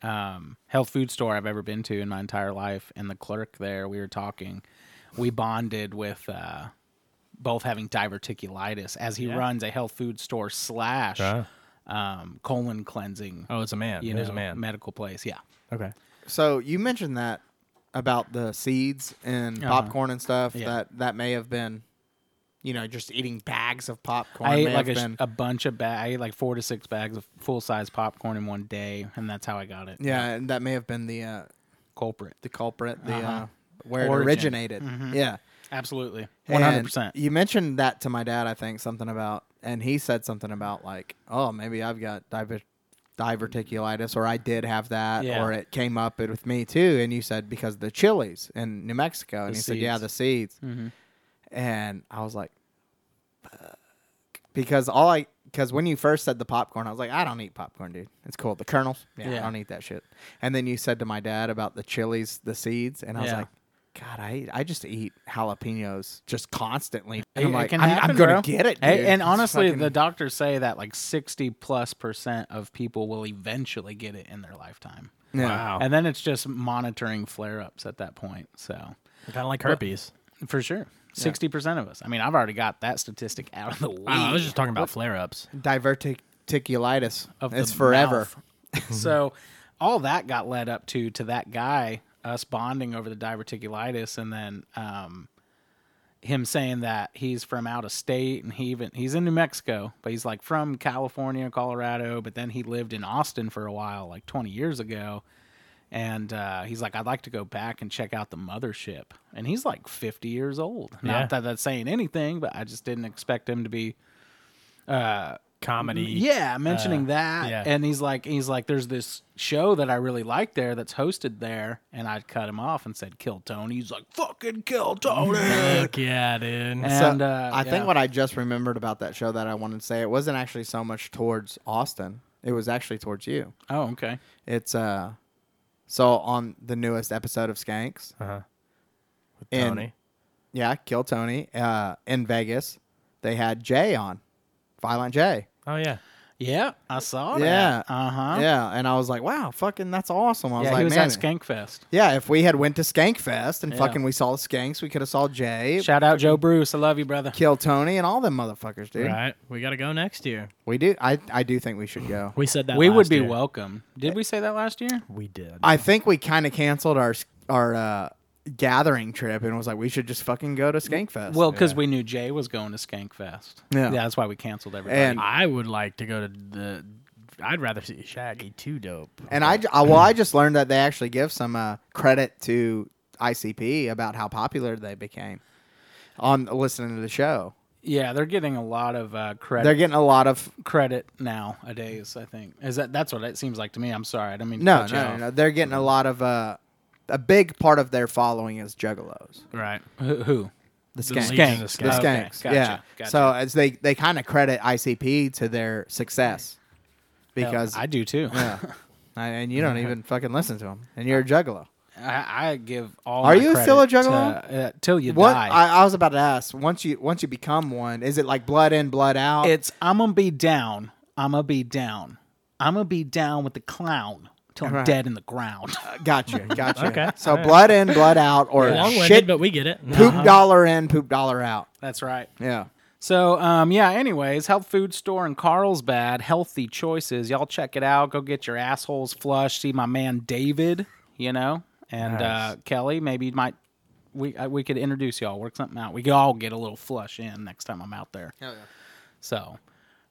um, health food store I've ever been to in my entire life, and the clerk there, we were talking, we bonded with. Uh, both having diverticulitis as he runs a health food store slash
Right.
um, colon cleansing
Ah. Oh, it's a man.
you
There's
know,
a man.
medical place yeah
Okay.
So you mentioned that about the seeds and
Uh-huh.
popcorn and stuff,
Yeah.
that that may have been, you know, just eating bags of popcorn.
I
may
ate like
have
a, sh-
been,
a bunch of bag. I ate like four to six bags of full size popcorn in one day, and that's how I got it.
yeah, and that may have been the uh,
culprit.
the culprit, the uh
Uh-huh.
where it
Origin. Mm-hmm.
originated. Yeah,
Absolutely, one
And
hundred percent.
You mentioned that to my dad, I think, something about, and he said something about like, oh, maybe I've got diver- diverticulitis, or I did have that,
Yeah.
or it came up with me too. And you said because of the chilies in New Mexico, and
The
he said, yeah,
seeds.
the
Mm-hmm.
seeds. And I was like, fuck. because all I. Because when you first said the popcorn, I was like, I don't eat popcorn, dude. It's cool. The kernels, yeah, I
Yeah.
don't eat that shit. And then you said to my dad about the chilies, the seeds, and I was
Yeah.
like, God, I I just eat jalapenos just constantly.
It-
I'm
it
like,
can
I'm,
happen,
I'm gonna
bro.
get it.
Hey,
dude.
and
It's
honestly, the
fucking-
doctors say that like sixty plus percent of people will eventually get it in their lifetime,
yeah.
Wow.
and then it's just monitoring flare ups at that point. So
Kind of like herpes.
for sure, sixty percent of us. I mean, I've already got that statistic out of the way.
Wow, I was just talking about flare ups.
diverticulitis.
of
it's
the
forever.
mouth. so all that got led up to to that guy us bonding over the diverticulitis and then um him saying that he's from out of state and he even he's in New Mexico, but he's like from California, Colorado, but then he lived in Austin for a while, like 20 years ago. And uh, he's like, I'd like to go back and check out the mothership. And he's like 50 years old.
Yeah.
Not that that's saying anything, but I just didn't expect him to be
Comedy.
yeah, mentioning
Uh,
that,
yeah.
and he's like, he's like, there's this show that I really like there that's hosted there, and I cut him off and said, "Kill Tony." He's like, "Fucking kill Tony."
Fuck yeah, dude.
And-
So
uh,
I think
yeah.
what I just remembered about that show that I wanted to say it wasn't actually so much towards Austin. It was actually towards you.
oh, okay.
It's uh, so on the newest episode of Skanks,
Uh-huh.
and-
Tony.
yeah, Kill Tony, uh, in Vegas, they had Jay on, Violent Jay.
Oh yeah.
Yeah, I saw
Yeah.
that. Uh huh.
Yeah, and I was like, wow, fucking, that's awesome. I was
Yeah,
like,
he was
man,
at Skankfest.
yeah, if we had went to Skankfest and
Yeah.
fucking we saw the Skanks, we could have saw Jay,
Shout out Joe Bruce. I love you, brother.
Kill Tony, and all them motherfuckers, dude.
Right. We gotta go next year.
We do. I I do think we should go.
We said that.
we would
last
be
year.
welcome. Did we say that last year?
We did.
I think we kind of canceled our our uh, gathering trip and was like, we should just fucking go to Skankfest.
Well, because we knew Jay was going to Skankfest.
Yeah.
that's why we canceled everybody.
and
I would like to go to the. I'd rather see Shaggy too dope.
and I, ju- I well, I just learned that they actually give some uh, credit to ICP about how popular they became on listening to the show.
yeah, they're getting a lot of uh, credit.
They're getting a lot of
credit nowadays. I think is that that's what it seems like to me. I'm sorry, I don't mean to
No,
cut you
no, no,
off.
no. They're getting a lot of uh, a big part of their following is juggalos.
Right.
Who? who?
The skanks,
Skanks. Legion of
the
Skanks.
Okay,
skanks.
gotcha,
yeah.
gotcha.
So as they they kind of credit ICP to their success because
I do too.
yeah. I, and you don't even fucking listen to them, and you're a juggalo.
I, I give all.
Are
my
you still a
credit
juggalo?
to, uh, till you
What
die?
I, I was about to ask once you once you become one, is it like blood in, blood out?
it's I'm gonna be down. I'm gonna be down. I'm gonna be down with the clown till I'm
Right.
dead in the ground.
Uh, gotcha, gotcha.
Okay.
so blood in, blood out, or
Long-winded,
shit,
but we get it. Uh-huh.
poop dollar in, poop dollar out.
that's right.
Yeah.
So, um, yeah, anyways, health food store in Carlsbad, Healthy Choices. Y'all check it out. Go get your assholes flushed. See my man David, you know, and uh, Kelly. Maybe you might we uh, we could introduce y'all, work something out. We could all get a little flush in next time I'm out there. So,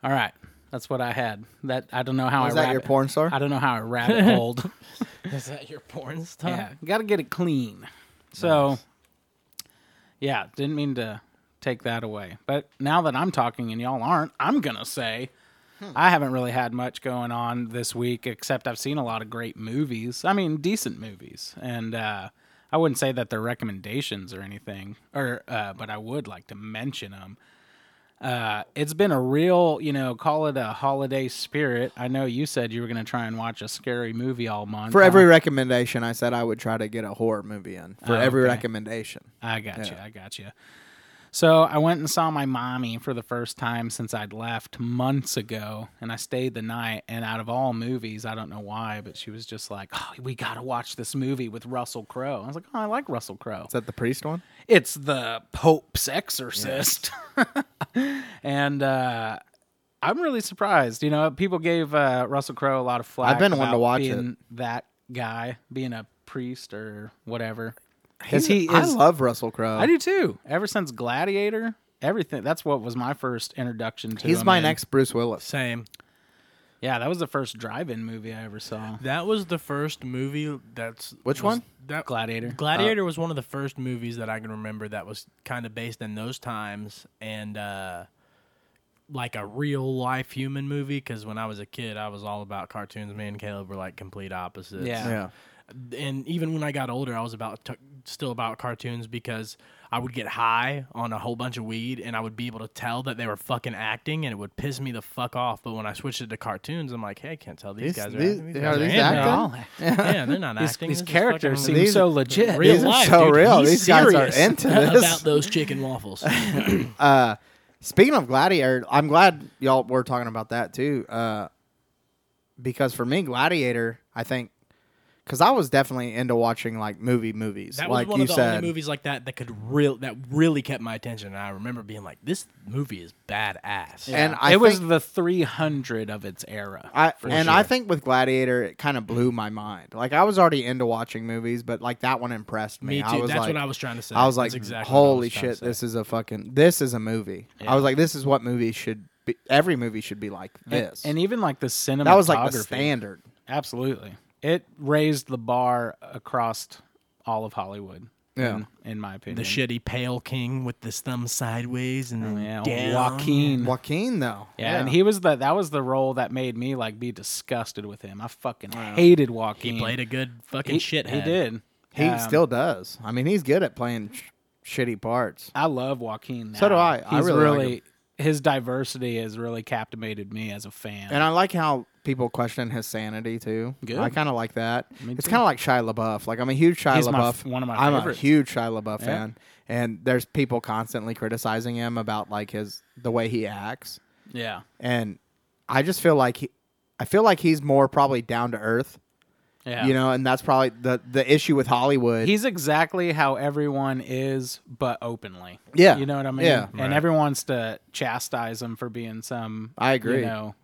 all right, that's what I had. That I don't know how
Was
I
that
rabbit-
your porn star?
I don't know how I rabbit holed.
Is that your porn stuff?
yeah, got to get it clean. So, yeah, didn't mean to take that away. But now that I'm talking and y'all aren't, I'm going to say I haven't really had much going on this week, except I've seen a lot of great movies. I mean, decent movies. And uh, I wouldn't say that they're recommendations or anything, or uh, but I would like to mention them. Uh, it's been a real, you know, call it a holiday spirit. I know you said you were going to try and watch a scary movie all month.
For
I-
every recommendation, I said I would try to get a horror movie in. For
Oh,
every
okay.
recommendation,
I got you. I got you. So I went and saw my mommy for the first time since I'd left months ago, and I stayed the night. And out of all movies, I don't know why, but she was just like, "Oh, we gotta watch this movie with Russell Crowe." I was like, "Oh, I like Russell Crowe."
is that the priest one?
It's the Pope's Exorcist, and uh, I'm really surprised. You know, people gave uh, Russell Crowe a lot of flack.
I've been wanting to
about
watch
being that guy being a priest or whatever. Because he
He's-
is.
I love Russell Crowe.
I do too. Ever since Gladiator, everything. That's what was my first introduction to.
He's
him
my
in-
next Bruce Willis.
Same.
Yeah, that was the first drive-in movie I ever saw.
That was the first movie that's
Which one?
was-
Uh,
That
Gladiator.
Gladiator was one of the first movies that I can remember that was kind of based in those times and uh, like a real life human movie. Because when I was a kid, I was all about cartoons. Me and Caleb were like complete opposites.
Yeah.
Yeah.
And even when I got older, I was about t- still about cartoons because I would get high on a whole bunch of weed and I would be able to tell that they were fucking acting and it would piss me the fuck off. But when I switched it to cartoons, I'm like, hey, I can't tell these,
These-
guys are
these-
acting.
are
guys
these
animated."
acting?
They're all-
Yeah, they're not
These,
acting.
these
This is
characters
fucking-
seem
These-
so legit.
real
These are
life,
so
dude.
real.
He's
These guys are
serious
into
about
this.
those chicken waffles.
Uh, speaking of Gladiator, I'm glad y'all were talking about that too. Uh, because for me, Gladiator, I think, because I was definitely into watching like movie movies,
That
like
was one
you
of the
said.
only movies like that that could real that really kept my attention. And I remember being like, "This movie is badass."
And I
it was
think-
the 300 of its era.
I,
for
and I
sure.
think with Gladiator, it kind of blew my mind. Like I was already into watching movies, but like that one impressed me.
Me
I
too.
was
That's
like,
what I was trying to say.
I was like,
That's exactly what I
holy
was trying to
shit,
say.
this is a fucking, this is a movie. I was like, this is what movies should be. Every movie should be like
and,
this.
and even like the cinematography.
that was like the standard.
Absolutely. It raised the bar across all of Hollywood.
Yeah.
In, in my opinion.
the shitty pale king with his thumb sideways and then
Yeah.
down.
Joaquin.
Oh, Joaquin though,
yeah, and he was the that was the role that made me like be disgusted with him. I fucking hated Joaquin.
He played a good fucking
he,
shithead.
He did.
He
Um,
still does. I mean, he's good at playing sh- shitty parts.
I love Joaquin. Now.
So do I. I
He's
really like
his diversity has really captivated me as a fan.
And I like how people question his sanity too.
Good.
I kind of like that.
Me
It's
too.
kind of like Shia LaBeouf. Like I'm a huge Shia
He's my
LaBeouf.
f- one of my
I'm
favorites.
a huge Shia LaBeouf
Yeah.
fan, and there's people constantly criticizing him about like his the way he acts,
yeah.
and I just feel like he, I feel like he's more probably down to earth,
Yeah.
you know, and that's probably the the issue with Hollywood.
He's exactly how everyone is, but openly.
Yeah.
You know what I mean?
Yeah.
And everyone wants to chastise him for being some,
I agree.
you know,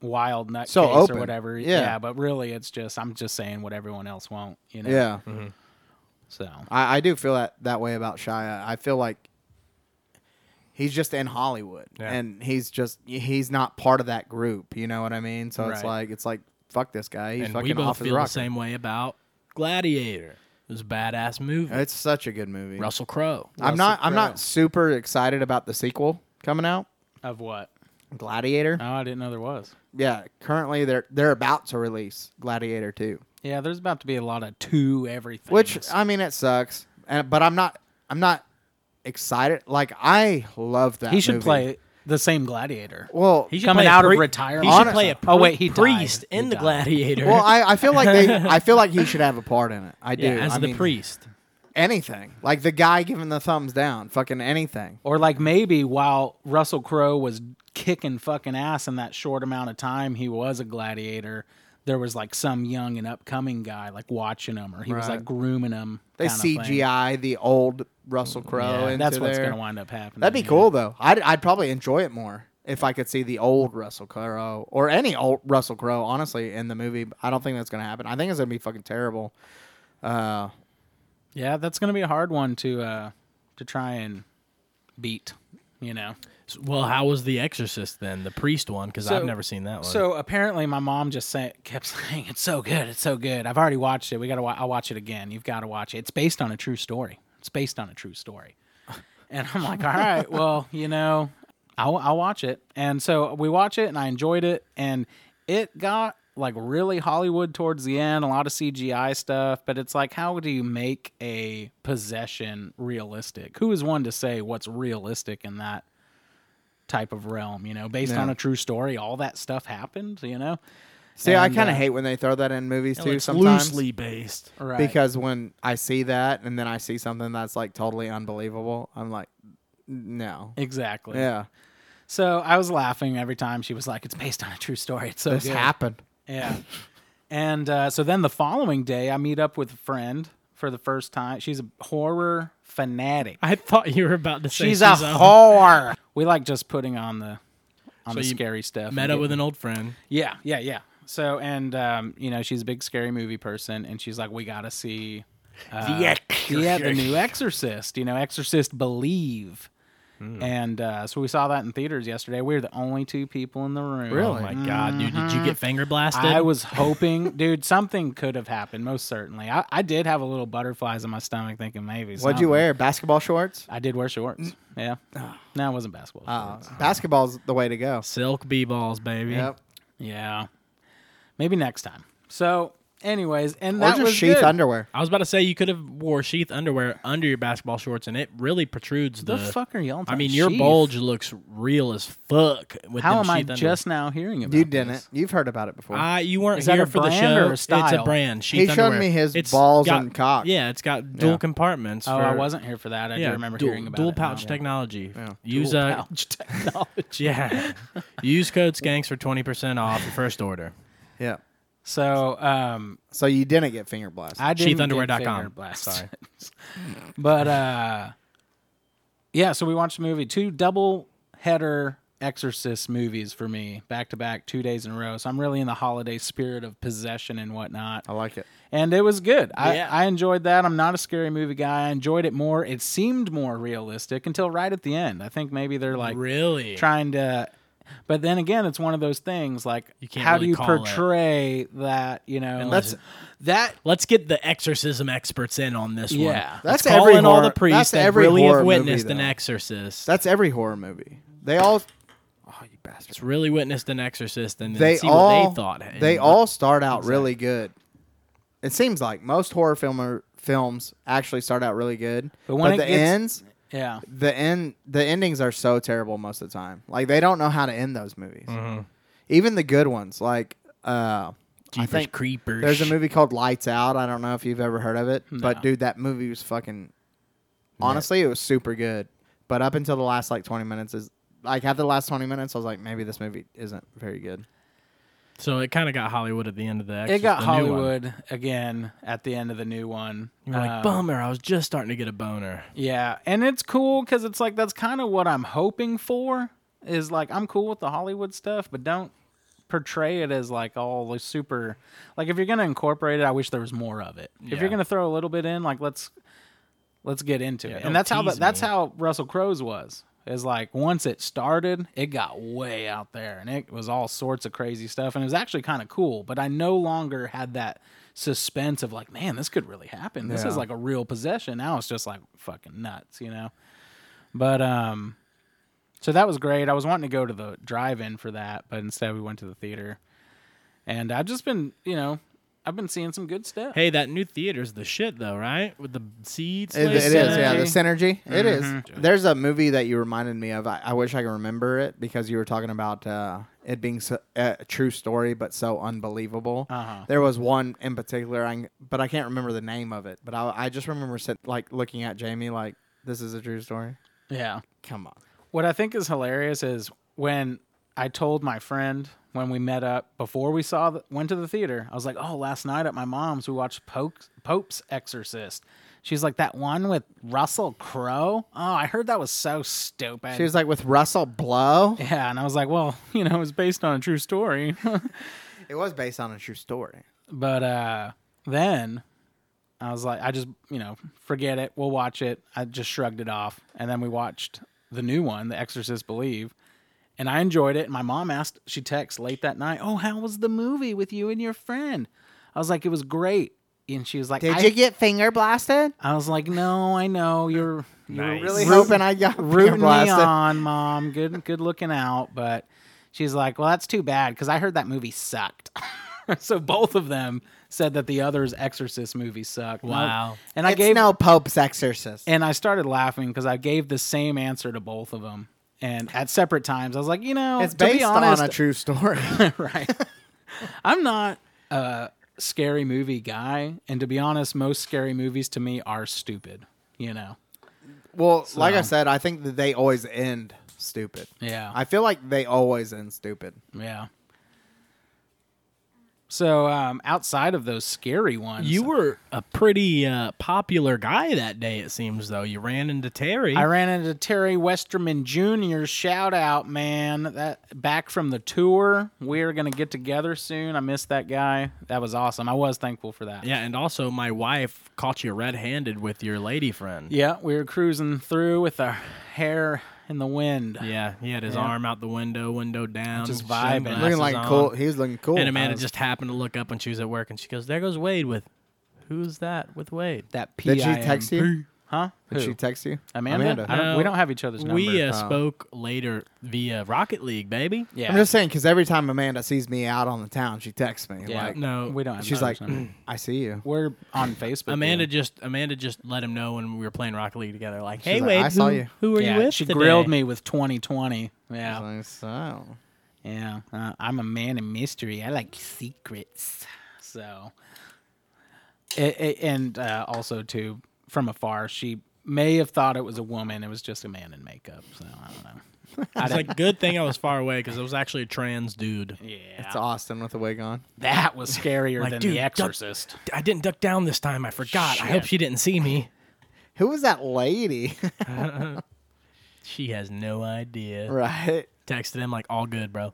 wild nutcase
So
or
open.
whatever.
Yeah.
But really, it's just, I'm just saying what everyone else won't, you know?
yeah.
So,
I, I do feel that that way about Shia. I feel like he's just in Hollywood,
Yeah.
and he's just he's not part of that group. You know what I mean? So it's
Right.
like it's like fuck this guy. He's
And
fucking
we both
off his
feel the
rocker.
same way about Gladiator. It was a badass movie.
It's such a good movie.
Russell Crowe.
I'm not I'm not super excited about the sequel coming out.
of what?
Uh.
Gladiator.
Oh, I didn't know there was.
Yeah, currently they're they're about to release Gladiator 2,
Yeah, there's about to be a lot of two everything.
which uh, I mean it sucks, and, but I'm not I'm not excited. Like I love that.
he should
movie.
play the same gladiator.
Well,
He should
Coming
play a
out of
pre-
retirement.
He should play a
Oh, wait, he died.
priest
He
in the
died.
Gladiator.
Well, I, I feel like they I feel like he should have a part in it. I do.
yeah, as
I
the
mean,
priest.
Anything. Like the guy giving the thumbs down. Fucking anything.
Or like maybe while Russell Crowe was kicking fucking ass in that short amount of time he was a gladiator, there was like some young and upcoming guy like watching him or he was
Right.
like grooming him.
They
kinda thing.
CGI the old Russell Crowe
Yeah,
into
that's what's
there.
gonna wind up happening.
That'd be
yeah.
cool though. I'd I'd probably enjoy it more if I could see the old Russell Crowe or any old Russell Crowe, honestly, in the movie. I don't think that's gonna happen. I think it's gonna be fucking terrible. Uh
Yeah, that's gonna be a hard one to uh to try and beat, you know.
Well, how was The Exorcist then? The priest one, because I've
So-
never seen that one.
So apparently, my mom just say, kept saying, "It's so good, it's so good." I've already watched it. We gotta, wa- I'll watch it again. You've got to watch it. It's based on a true story. It's based on a true story. And I'm like, all right, well, you know, I'll, I'll watch it. And so we watch it, and I enjoyed it. And it got like really Hollywood towards the end, a lot of CGI stuff. But it's like, how do you make a possession realistic? Who is one to say what's realistic in that type of realm? You know, based
Yeah.
on a true story, all that stuff happened, you know?
see I
And,
kinda
uh,
hate when they throw that in movies
It
too
looks
sometimes.
loosely based.
Right.
because when I see that and then I see something that's like totally unbelievable, I'm like, no.
Exactly.
Yeah.
So I was laughing every time she was like, "It's based on a true story. It's so
This
good."
happened.
Yeah. And uh, so then the following day, I meet up with a friend for the first time. She's a horror fanatic.
I thought you were about to say
She's, a whore. We like just putting on the on
So
the
you
scary stuff. and
Met up with an
getting-
old friend.
Yeah, yeah, yeah. So and um, you know she's a big scary movie person, and she's like, we gotta see
Uh,
The Exorcist.
yeah, the new Exorcist. You know, Exorcist Believe.
Hmm.
And uh, so we saw that in theaters yesterday. We were the only two people in the room.
Really?
Oh my god, dude! Did you get finger blasted?
Mm-hmm. I was hoping, dude, something could have happened. Most certainly, I, I did have a little butterflies in my stomach, thinking
What'd
maybe.
you
something.
wear? ah. Basketball shorts?
I did wear shorts. Yeah, no, it wasn't basketball.
Uh, basketball's the way to go.
silk b balls, baby.
Yep.
Yeah, maybe next time. So, anyways, and
Or
that
just
was
sheath
good.
underwear.
I was about to say you could have wore sheath underwear under your basketball shorts, and it really protrudes
The
the.
fuck are y'all?
I
talking-
mean, your
Sheath.
bulge looks real as fuck. With
How
them
am I
sheath
just now hearing about?
You
this?
didn't. You've heard about it before.
Underwear. Uh, you weren't
Is that
here
a
for the
brand
show.
or a
It's a
style?
brand. Sheath
He showed
underwear.
me his
It's
balls
got-
and cock.
Yeah, it's got dual compartments.
Oh,
for,
I wasn't here for that. I
Yeah,
do remember
dual,
hearing about
dual
it
pouch
now.
technology.
Yeah.
Use
Dual
uh,
pouch technology.
yeah. Use code skanks for twenty percent off your first order.
yeah.
So, um,
So you didn't get finger blasted.
I didn't get
Sheathunderwear.com.
finger blasted.
Sorry.
but uh, yeah, so we watched a movie, two double header Exorcist movies for me, back to back, two days in a row. So I'm really in the holiday spirit of possession and whatnot.
I like it.
and it was good. I,
Yeah.
I enjoyed that. I'm not a scary movie guy. I enjoyed it more. It seemed more realistic until right at the end. I think maybe they're like
really?
trying to. But then again, it's one of those things like
can't
how
really
do you
call it.
portray that? You know,
Unless-
that
Let's get the exorcism experts in on this one.
Yeah.
Let's
That's
call
every
in all the
horror-
priests
that's
that
every
really have
horror movie,
witnessed an
though.
exorcist.
That's every horror movie. They all. Oh, you bastard.
It's really witnessed an exorcist and then
they
see
all
what they thought. and
they
what-
all start out really good. It seems like most horror filmer films actually start out really good,
But
but,
when it
the
gets-
ends,
yeah.
the end, the endings are so terrible most of the time. Like they don't know how to end those movies. Even the good ones, like uh, I
Jeepers
think
creepers.
there's a movie called Lights Out. I don't know if you've ever heard of it, but dude, that movie was fucking. Honestly, it was super good, but up until the last like 20 minutes is like after the last 20 minutes, I was like, maybe this movie isn't very good.
So it kind of got Hollywood at the end of the. Exorcist,
It got
the new one.
Hollywood again at the end of the new one.
You're like
Um,
bummer. I was just starting to get a boner.
Yeah, and it's cool because it's like that's kind of what I'm hoping for. Is like I'm cool with the Hollywood stuff, but don't portray it as like all the super. Like if you're gonna incorporate it, I wish there was more of it. If
Yeah.
you're gonna throw a little bit in, like let's let's get into it.
don't
And that's how the,
tease
that's
me.
how Russell Crowe's was. Is like once it started, it got way out there, and it was all sorts of crazy stuff, and it was actually kind of cool. But I no longer had that suspense of like, man, this could really happen. This is
Yeah.
like a real possession. Now it's just like fucking nuts, you know. But um, so that was great. I was wanting to go to the drive-in for that, but instead we went to the theater, and I've just been, you know, I've been seeing some good stuff.
Hey, that new theater's the shit though, right? With the seats.
It, it is, yeah. The
Synergy.
synergy, It is. There's a movie that you reminded me of. I, I wish I could remember it because you were talking about uh, it being so, uh, a true story, but so unbelievable.
Uh-huh.
There was one in particular, I, can- but I can't remember the name of it. But I, I just remember sit, like looking at Jamie like, "This is a true story."
Yeah.
Come on.
What I think is hilarious is when I told my friend when we met up before we saw the, went to the theater. I was like, "Oh, last night at my mom's, we watched Pope's, Pope's Exorcist." She's like, "That one with Russell Crowe." Oh, I heard that was so stupid.
She was like with Russell Blow.
yeah, and I was like, "Well, you know, it was based on a true story."
It was based on a true story.
But uh, then I was like, I just, you know, forget it. We'll watch it. I just shrugged it off. And then we watched the new one, The Exorcist Believe. And I enjoyed it. My mom asked, she texts late that night, Oh, how was the movie with you and your friend? I was like, It was great. And she was like,
Did
I,
you get finger blasted?
I was like, No, I know. You're, you're
Nice.
Really
rooting-
hoping I got finger
rooting me
blasted.
on, mom. Good, good looking out. But she's like, well, that's too bad because I heard that movie sucked. so both of them said that the other's Exorcist movie sucked. And I-
Wow.
And I
It's
gave
no Pope's exorcist.
and I started laughing because I gave the same answer to both of them. And at separate times, I was like, you know,
it's
to be
based
honest,
on a true story.
right. I'm not a scary movie guy, and to be honest, most scary movies to me are stupid. You know,
Well, like I said, I think that they always end stupid.
yeah,
I feel like they always end stupid.
yeah. So um, outside of those scary ones,
You were a pretty uh, popular guy that day, it seems, though. You ran into Terry.
I ran into Terry Westerman Jr. Shout out, man! That back from the tour. We're gonna get together soon. I missed that guy. That was awesome. I was thankful for that.
yeah, and also my wife caught you red handed with your lady friend.
Yeah, we were cruising through with our hair in the wind.
Yeah, he had his arm out the window, window down,
Just vibing.
sunglasses
Looking like
on.
cool. He was looking cool. Uh,
And Amanda just happened to look up when she was at work, and she goes, "There goes Wade with, who's that with Wade?"
That P.
Did she text you?
Huh?
Did
Who? Uh,
she text you?
Amanda? I don't, we don't have each other's number.
We uh, spoke later via Rocket League, baby.
yeah.
I'm just saying because every time Amanda sees me out on the town, she texts me.
Yeah.
Like
No,
we don't. Have
she's like, mm.
each other's number.
I see you.
we're on Facebook.
Amanda
dude.
just Amanda just let him know when we were playing Rocket League together. Like, hey,
like,
Wade,
"I saw
who,
you."
who are
yeah,
you with?
She
today?"
grilled me with 2020.
I
Yeah,
was like, so
yeah. Uh, I'm a man of mystery. I like secrets. So, it, it, and uh, also too from afar, she may have thought it was a woman. It was just a man in makeup. So I don't know.
It's like good thing I was far away because it was actually a trans dude.
Yeah,
it's Austin with a wig on.
that was scarier
Like,
than
dude,
The
duck-
Exorcist.
I didn't duck down this time. I forgot. I hope
Shit.
she didn't see me.
Who was that lady?
She has no idea.
right.
Texted him like, "All good, bro.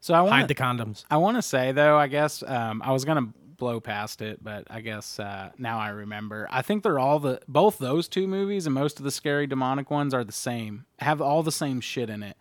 So I
Hide
want
the condoms."
I want to say though, I guess um, I was gonna blow past it, but I guess uh, now I remember. I think they're all the both those two movies and most of the scary demonic ones are the same. Have all the same shit in it.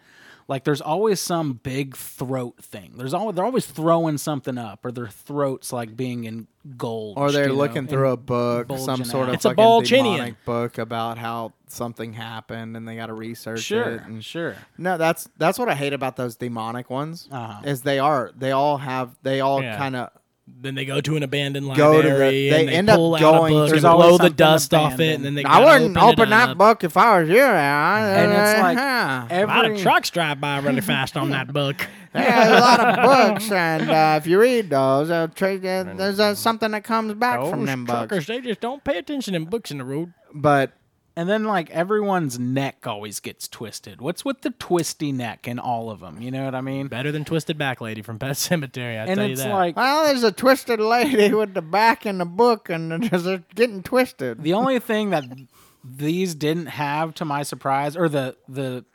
Like there's always some big throat thing. There's always they're always throwing something up, or their throats like being engulged.
Or they're
you know,
looking
and-
through a book, some
bulging
sort
out.
of
It's a
fucking
Balchinian.
demonic book about how something happened, and they got to research it.
Sure,
And
sure.
No, that's that's what I hate about those demonic ones.
Uh-huh.
Is they are they all have they all
Yeah.
kind of
Then they go to an abandoned
Go
library
to the- they
and they
end up
pull out
going-
a book
There's
and
always
blow the
something
dust off it,
abandoned.
and then they
I
gotta
wouldn't
open,
open,
it
that
up.
book if I was you. And
And it's like
A lot
every
of trucks drive by really fast on that book.
there's a lot of books, and uh, if you read those, uh, tra- uh, there's uh, something that comes back from
Those
them
truckers,
books.
they just don't pay attention to books in the road.
But
And then like everyone's neck always gets twisted. What's with the twisty neck in all of them? You know what I mean?
Better than Twisted Back Lady from Pet Cemetery, I
and
tell you
it's
that.
like
well, there's a twisted lady with the back in the book, and there's a getting twisted.
The only thing that these didn't have, to my surprise, or the the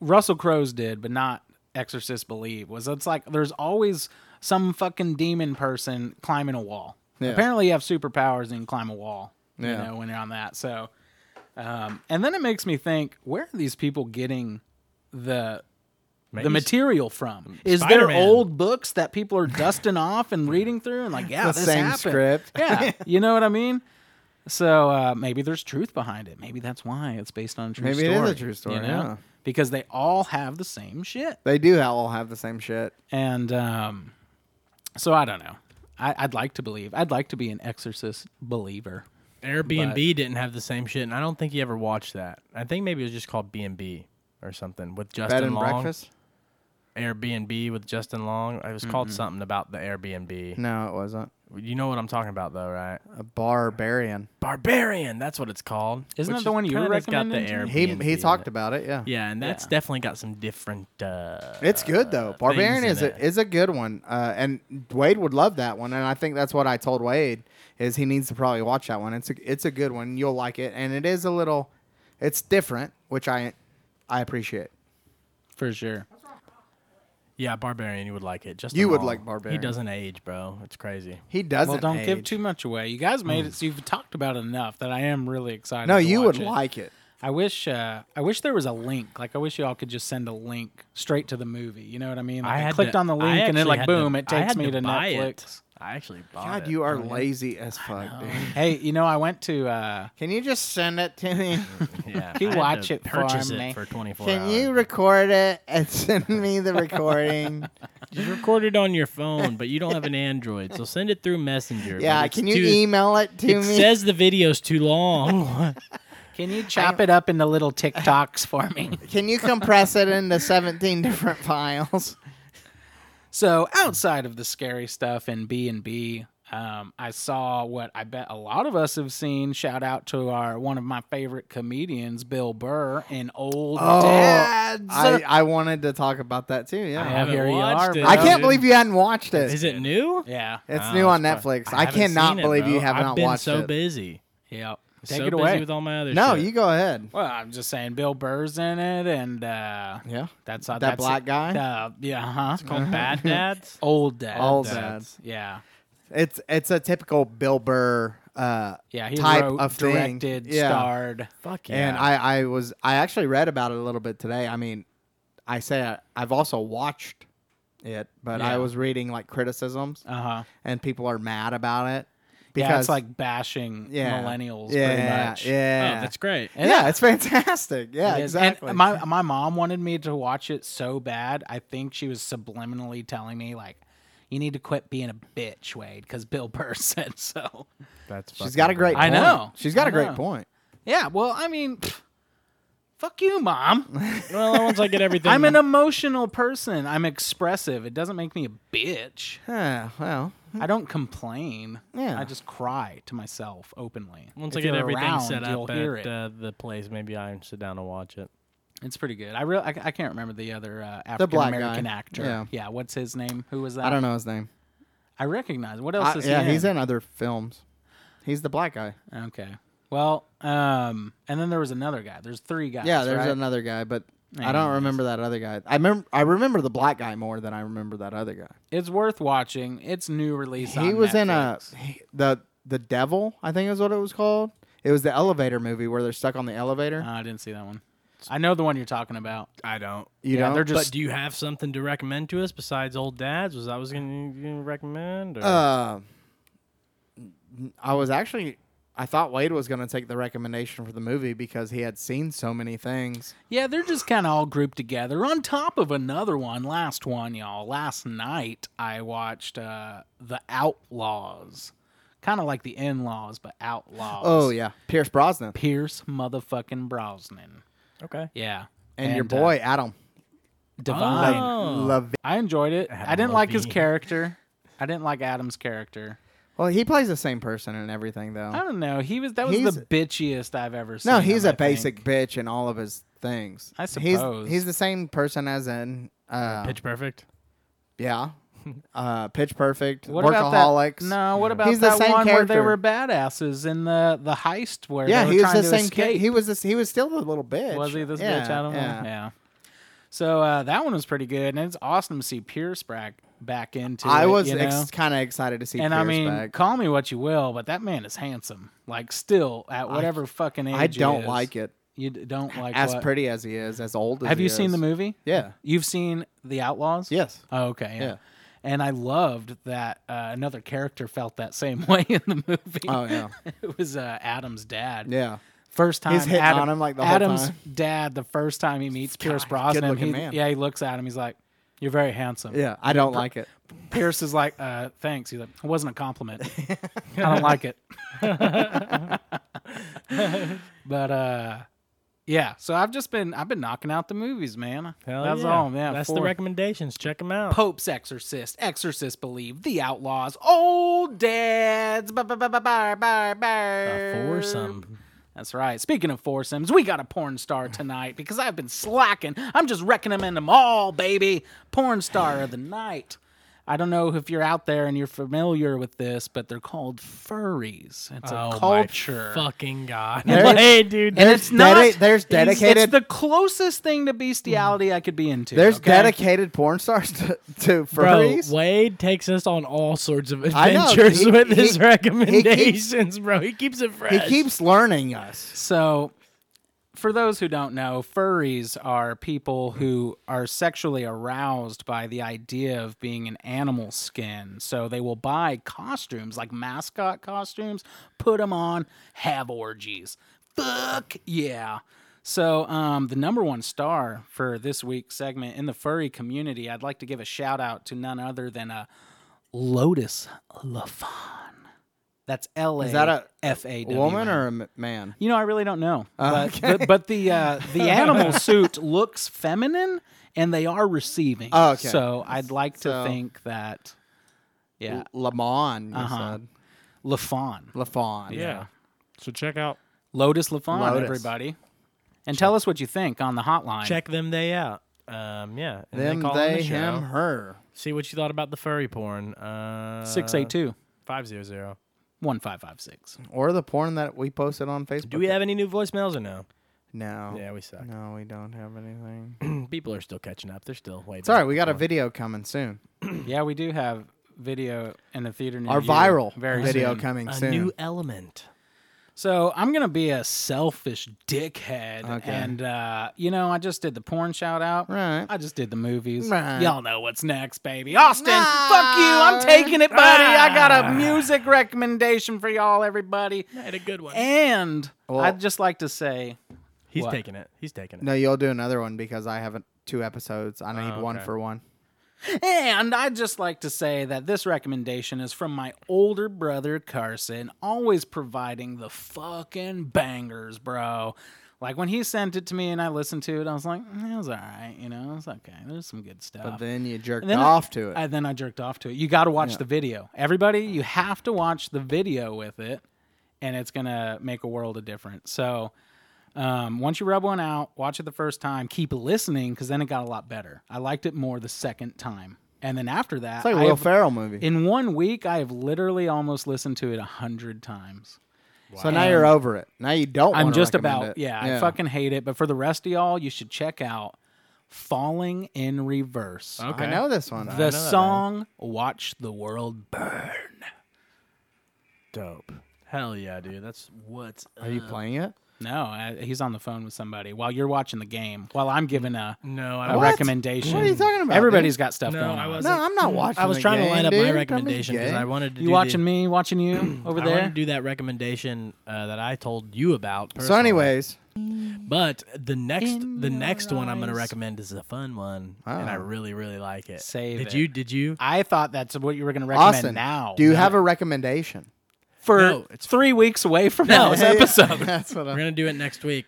Russell Crowe's did, but not Exorcist Believe, was it's like there's always some fucking demon person climbing a wall.
Yeah.
Apparently, you have superpowers and you can climb a wall.
Yeah.
You know when you're on that. So, um, and then it makes me think, where are these people getting the the
Maybe s-
material from? Is there
Spider-Man.
old books that people are dusting off and reading through and like, yeah,
The
this
same
happened.
script.
Yeah, you know what I mean. So uh, maybe there's truth behind it. Maybe that's why it's based on a true
Maybe it is
story.
a true story,
You know?
yeah.
Because they all have the same shit,
They do all have the same shit.
and um, so I don't know. I, I'd like to believe. I'd like to be an exorcist believer.
Airbnb didn't have the same shit, and I don't think you ever watched that. I think maybe it was just called B&B or something with Justin
Bed and
Long.
breakfast?
Airbnb with Justin Long. It was called something about the Airbnb.
No, it wasn't.
You know what I'm talking about, though, right?
A barbarian.
Barbarian. That's what it's called.
Isn't
Which
that the one you
kinda
were
has got the
recommending
Airbnb.
He he
in
talked
it.
about it. Yeah.
Yeah, and that's
Yeah.
definitely got some different. Uh,
It's good though. Barbarian
things
is
in
a,
it.
is a good one, uh, and Wade would love that one. And I think that's what I told Wade is he needs to probably watch that one. It's a it's a good one. You'll like it, and it is a little, it's different, which I I appreciate.
For sure.
yeah, Barbarian. You would like it. Justin
You would
Long.
like Barbarian.
He doesn't age, bro. It's crazy.
He doesn't.
Well, don't give
age. Mm.
too much away. You guys made it. So you've talked about it enough that I am really excited.
No,
to
you
watch
would
it.
like it.
I wish. Uh, I wish there was a link. Like I wish y'all could just send a link straight to the movie. You know what I mean? Like,
I had
clicked
to-
on the
I
link and it
actually
like
had
boom,
to-
it
I
takes
had
me
to
to
buy it.
Netflix.
I actually bought
God,
it.
you are lazy as fuck, dude.
Hey, you know, I went to uh
Can you just send it to me?
Yeah,
You
I had to
watch it for
purchase
me.
it for 24
Can
hours.
you record it and send me the recording?
Just record it on your phone, but you don't have an Android, so send it through Messenger.
yeah,
but it's
can you
too-
email it to
It
me?
says the video's too long.
Can you chop it up into little TikToks for me?
Can you compress it into 17 different files?
So outside of the scary stuff and B and B, Um, I saw what I bet a lot of us have seen. Shout out to our one of my favorite comedians, Bill Burr, in Old
Oh.
Dad.
I, Oh, I wanted to talk about that too. Yeah,
Yeah,
haven't
here you
watched
are,
it.
bro.
I can't
dude.
believe you hadn't watched it.
Is it new?
Yeah,
It's
Oh,
new on
it's probably-
Netflix.
I
I,
haven't
cannot
seen it,
believe you
bro.
have
I've
not
been
watched
so
it.
busy.
yeah. Take
so
it
busy
away.
with all my other
No,
shit.
you go ahead.
well, I'm just saying, Bill Burr's in it, and uh,
Yeah,
that's how
that
that's
black guy. Uh-huh.
Uh, yeah, huh? It's called
Bad dads.
Old Dad.
Old
Yeah.
It's it's a typical Bill Burr. Uh,
Yeah, he
type
wrote,
of thing.
directed,
Yeah.
starred.
Fuck
And I I was I actually read about it a little bit today. I mean, I say I, I've also watched it, but I
Yeah.
was reading like criticisms,
Uh huh.
and people are mad about it because
Yeah, it's like bashing
yeah,
millennials
Yeah,
pretty much.
yeah,
Oh, that's great.
yeah, It's fantastic. Yeah,
It is. And
exactly.
my my mom wanted me to watch it so bad. I think she was subliminally telling me like, "You need to quit being a bitch, Wade," because Bill Burr said so.
That's
She's got a great.
I
point.
know.
She's got
I
a great
know.
point.
Yeah. Well, I mean, pff, fuck you, mom.
Well, once I get everything,
I'm an emotional person. I'm expressive. It doesn't make me a bitch.
Yeah. Well.
I don't complain.
Yeah.
I just cry to myself openly.
once
If
I get
you're
everything
around,
set
you'll
up
hear
at
it.
uh, the place, maybe I sit down and watch it.
It's pretty good. I really, I, I can't remember the other uh, African
black guy.
American actor.
Yeah.
what's his name? Who was that?
I don't know his name.
I recognize. What else
I-
is
yeah,
he?
he's in other films. He's the black guy.
Okay. Well, um, and then there was another guy. There's three guys.
yeah, there's
right?
another guy, but I don't
Anyways.
remember that other guy. I remember I remember the black guy more than I remember that other guy.
It's worth watching. It's new release.
he
on
was in a
Netflix.
he- the the devil, I think is what it was called. It was the elevator movie where they're stuck on the elevator.
Oh, I didn't see that one. I know the one you're talking about.
I don't.
you
yeah,
know,
they're just-
but do you have something to recommend to us besides old dads? Was I was going to recommend? Or?
uh, I was actually I thought Wade was going to take the recommendation for the movie because he had seen so many things.
Yeah, they're just kind of all grouped together on top of another one. Last one, y'all. Last night I watched uh, The Outlaws. Kind of like the in laws, but outlaws.
Oh yeah, Pierce Brosnan
Pierce motherfucking Brosnan.
okay.
Yeah.
and, your
uh,
boy Adam
Divine.
Levine.
I enjoyed it. I didn't like his
Levine.
character. I didn't like Adam's character.
Well, he plays the same person and everything though.
I don't know. He was that was
He's-
the bitchiest I've ever seen.
No, he's
him,
a
I
basic
think.
bitch in all of his things.
I
he's
suppose.
he's the same person as in uh,
Pitch Perfect.
yeah, uh, Pitch Perfect,
What about that-
Workaholics.
No, what about
He's the
that
same
one where
character.
they were badasses in the the heist where
yeah,
they were
he was
trying
the
to
same.
escape?
Kid. He was this. He was still the little bitch.
Was he this
yeah,
bitch? I don't
yeah.
know. Yeah. So uh, that one was pretty good, and it's awesome to see Pierce back back into.
I
it,
was
you know?
ex- kind of excited to see.
and
Pierce
I mean,
back.
call me what you will, but that man is handsome. Like still at whatever fucking age.
I don't like it.
You d- don't like
As
what?
pretty as he is, as old. as
Have
he
you seen
is.
the movie?
Yeah.
You've seen The Outlaws?
Yes.
Oh, okay. Yeah.
Yeah.
And I loved that uh, another character felt that same way in the movie.
Oh, yeah.
it was uh, Adam's dad.
Yeah.
First time
He's hitting
Adam,
on him, like, the whole
Adam's
time.
dad. The first time he meets
God, he's
Pierce
a
Brosnan,
good-looking
he,
man.
yeah, he looks at him. He's like, "You're very handsome."
Yeah. I don't like it.
Pierce is like, uh, "Thanks." He's like, "It wasn't a compliment. I don't like it." but uh, yeah, so I've just been I've been knocking out the movies, man.
Hell
That's
yeah.
all, man.
That's the
Four-
recommendations. Check them out.
Pope's Exorcist, Exorcist Believe, The Outlaws, Old Dads, bar, bar, bar, bar,
A foursome.
That's right. Speaking of foursomes, we got a porn star tonight because I've been slacking. I'm just recommending them all, baby. Porn star of the night. I don't know if you're out there and you're familiar with this, but they're called furries. It's a
Oh
culture.
my fucking god.
There's-
hey, dude.
And
There's
it's not.
dedi- there's
it's-
dedicated-
It's the closest thing to bestiality I could be into.
There's
okay?
dedicated porn stars to, to
Bro,
furries.
Wade takes us on all sorts of
I know.
adventures
He-
with
he-
his
he keeps-
recommendations, bro. He keeps it
he
fresh.
keeps learning us.
So, for those who don't know, furries are people who are sexually aroused by the idea of being an animal skin. So, they will buy costumes, like mascot costumes, put them on, have orgies. Fuck yeah. So, um, the number one star for this week's segment in the furry community, I'd like to give a shout out to none other than a Lotus LaFon. That's L
Is that a
A F A W.
Woman or a m- man?
You know, I really don't know. but,
Uh, okay.
but but the uh, the animal suit looks feminine, and they are receiving.
Oh, okay.
So I'd like to
So-
think that Yeah.
Lamon. You
Uh-huh.
said.
LaFon.
Lafon.
Yeah. So check out.
Lotus LaFon,
Lotus.
everybody. And tell us what you think on the hotline.
Check them they out. Um, yeah. And
Them,
call on
they,
the show.
him, her.
See what you thought about the furry porn. Uh,
682
five zero zero.
1556.
Or the porn that we posted on Facebook.
Do we have any new voicemails or no?
No.
Yeah, we suck.
No, we don't have anything.
People are still catching up. They're still waiting.
Sorry, we got a video coming soon.
Yeah, we do have video in the theater near
Our
you
viral
very
video
soon.
coming
a
soon.
new element.
So I'm gonna be a selfish dickhead, and uh, you know I just did the porn shout out.
Right.
I just did the movies.
Right.
Y'all know what's next, baby. Austin, fuck you. I'm taking it, buddy.
Ah.
I got a music recommendation for y'all, everybody.
I had a good one.
And
Well-
I'd just like to say,
He's
What?
taking it. He's taking it.
no, you'll do another one because I have a, two episodes. I need one
okay.
for one.
and I'd just like to say that this recommendation is from my older brother Carson, always providing the fucking bangers, bro. Like when he sent it to me and I listened to it, I was like, "Mm, it was all right, you know, it's okay. There's some good stuff.
But then you jerked
Oh. And then I-
off to it.
And then I jerked off to it. You got to watch the video. Everybody, you have to watch the video with it, and it's going to make a world of difference. So um, once you rub one out, watch it the first time, keep listening because then it got a lot better. I liked it more the second time. And then after that,
it's like a
I
Will
have-
Ferrell movie.
in one week, I have literally almost listened to it a hundred times.
so now you're over it. Now you don't.
I'm
wanna
just
recommend
about,
it.
yeah, I fucking hate it. But for the rest of y'all, you should check out Falling in Reverse.
I know this one.
The song Watch the World Burn.
Dope. Hell yeah, dude. That's what's.
Are you playing it?
No, I, he's on the phone with somebody while you're watching the game. While I'm giving a,
No, I
a
don't.
What?
recommendation.
What are you talking about,
Everybody's got stuff
No,
going
I
on.
wasn't.
No, I'm not watching.
I was
the
trying to
game,
line up
dude.
my
Don't be
recommendation because
gay.
I wanted to.
You
do
watching
the,
me? Watching you over
I
there?
wanted to do that recommendation uh, that I told you about.
So,
personally.
anyways,
but the next
In
the
your
next one I'm going to
eyes.
recommend is a fun one, and I
Oh.
really really like it.
Save
did
it.
you? Did you?
I thought that's what you were going to recommend
Austin,
now.
do you have a recommendation?
for
No, it's-
three weeks away from
No,
this
it's-
episode?
That's what
We're
I'm.
going to do it next week.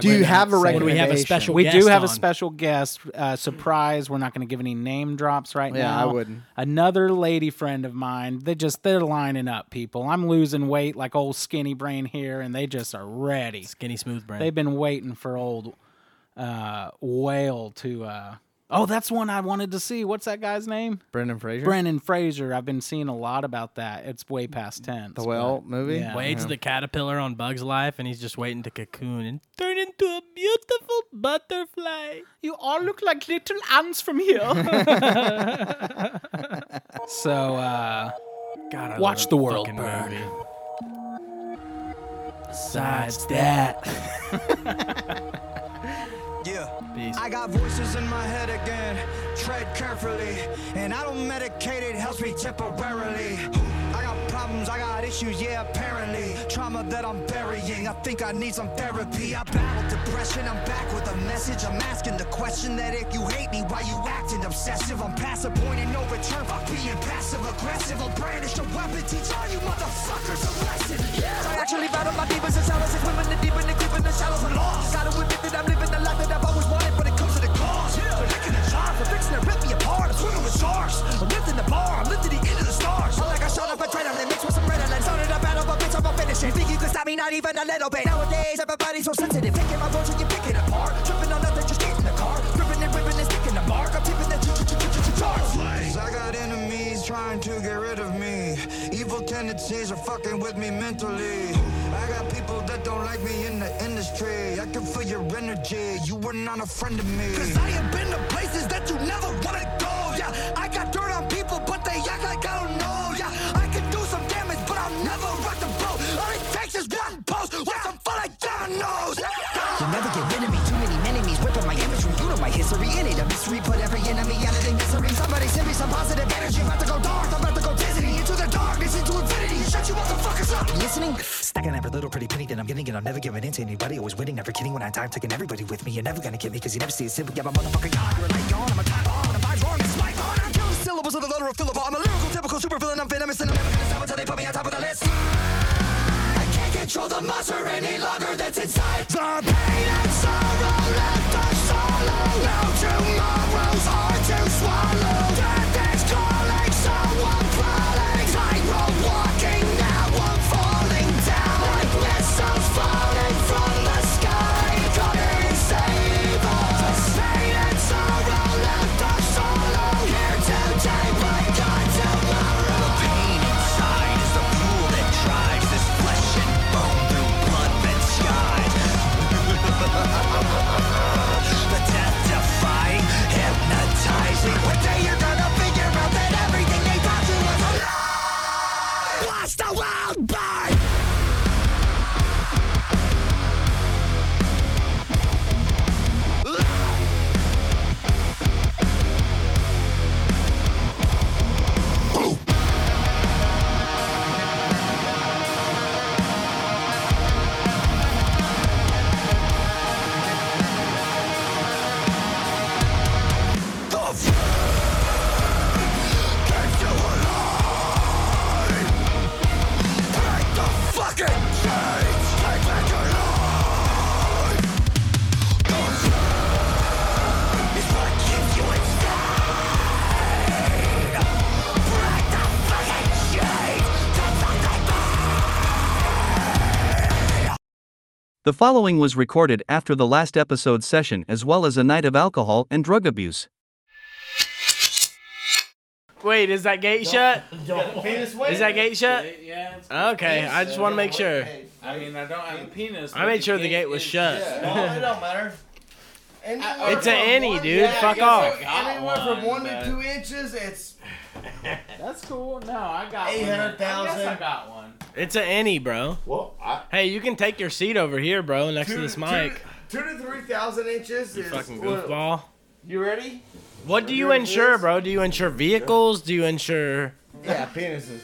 Do you have a
When we
recommendation?
have a special.
we do
guest
have a
on.
special guest uh, surprise. We're not going to give any name drops right
Yeah,
now.
I wouldn't.
Another lady friend of mine. They just they're lining up people. I'm losing weight like old skinny brain here, and they just are ready.
skinny smooth brand.
They've been waiting for old uh, Whale to. Uh, oh, that's one I wanted to see. What's that guy's name?
Brendan Fraser.
Brendan Fraser. I've been seeing a lot about that. It's way past ten.
the whale movie.
Yeah.
Wade's the caterpillar on Bug's life, and he's just waiting to cocoon and turn into a beautiful butterfly.
You all look like little ants from here. so uh,
God, I
Watch
love
the
that
world
fucking
burn.
movie. Besides that,
Yeah.
Peace.
I got voices in my head again. Tread carefully. And I don't medicate it, helps me temporarily. I got problems, I got issues, yeah, apparently. Trauma that I'm burying. I think I need some therapy. I battled depression, I'm back with a message. I'm asking the question that if you hate me, why you acting obsessive? I'm passive point and no return by being passive aggressive. I'll brandish a weapon, teach all you motherfuckers a lesson. Yeah. I actually battle my demons and shallows and women the deep and the creep in the shallows and lost. Gotta admit that I'm living the life that I've always wanted, but it comes to the cost. Yeah. They're licking the jar, they're fixing to rip me apart. I'm swimming with sharks. I'm lifting the bar, I'm lifting the end of the stars. I like I shot up a trailer and mixed with some adrenaline. Started a battle, but bitch, I'm a finishing. Think you can stop me, not even a little bit. Nowadays, everybody's so sensitive. Picking my words when you pick it apart. Tripping on nothing, just getting the car. Gripping and ripping and sticking the mark. I'm tipping the charge. I got enemies trying to get rid of me. Evil tendencies are fucking with me mentally. I got people that don't like me in the industry. I can feel your energy. You were not a friend of me. Cause I have been to places that you never wanna go. Yeah, I got dirt on people, but they act like I don't know. Yeah, I can do some damage, but I'll never rock the boat. All it takes is one post with some fun like dominoes. You'll never get rid of me. Too many enemies whipping my imagery. You know my history in it. A mystery put every enemy out of their misery. Somebody send me some positive energy. About to go dark. I'm about to go dizzy. Into the darkness, into infinity. Shut you motherfuckers up. Listening? Stacking every little pretty penny that I'm getting, and I'm never giving in to anybody. Always winning, never kidding when I die. I'm taking everybody with me. You're never gonna get me, cause you never see a simple. Yeah, my motherfucking god. You're a light on. I'm a type on. I'm vibe wrong. It's my on. I'm killing syllables of the letter of fillable. I'm a lyrical, typical super villain. I'm venomous, and I'm never gonna stop until they put me on top of the list. I can't control the monster any longer that's inside. The pain and sorrow left us solo. No tomorrow's hard to swallow. Death is calling, so I'm
The following was recorded after the last episode session as well as a night of alcohol and drug abuse.
Wait, is that gate shut? Is that gate shut?
Yeah. It's,
Okay, I just want to make sure.
I mean, I don't have a penis.
I made sure the gate was shut.
it don't matter.
It's an any, dude. Fuck off.
Anywhere from one to two inches, it's
That's cool. No, I got
Eight hundred
one. I guess I
thousand.
got one.
It's an any, bro.
Well, I,
Hey, you can take your seat over here, bro, next to this mic.
Two to three thousand inches is.
Fucking
well,
goofball.
You ready?
What do you insure, bro? Do you insure vehicles? Do you insure?
Yeah, penises.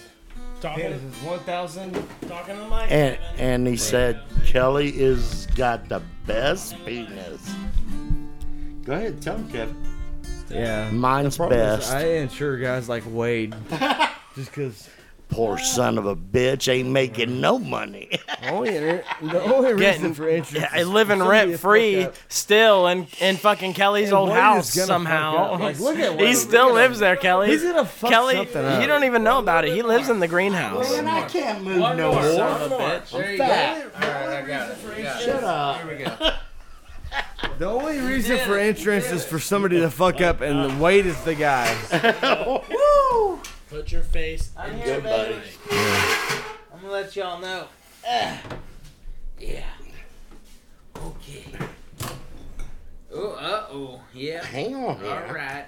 Talking,
Penises one thousand.
talking to the mic.
And and he said Kelly is got the best penis.
Go ahead, tell him, Kevin.
Yeah. Mine's best. I insure guys like Wade. Just because. Poor son of a bitch ain't making no money.
getting yeah, living rent free still in in fucking Kelly's old house somehow. he still lives there, Kelly. He's gonna fuck Kelly, you don't even know about it. He lives in the greenhouse.
Man, I can't move no more.
There you
Fat.
go. All right, I got it. I got it.
Shut up.
Here we go.
The only reason for entrance is for somebody to fuck up, and Wade is the guy.
Put your face.
Good buddy.
I'm gonna let y'all know.
Oh, uh oh. Yeah.
Hang on here.
Right.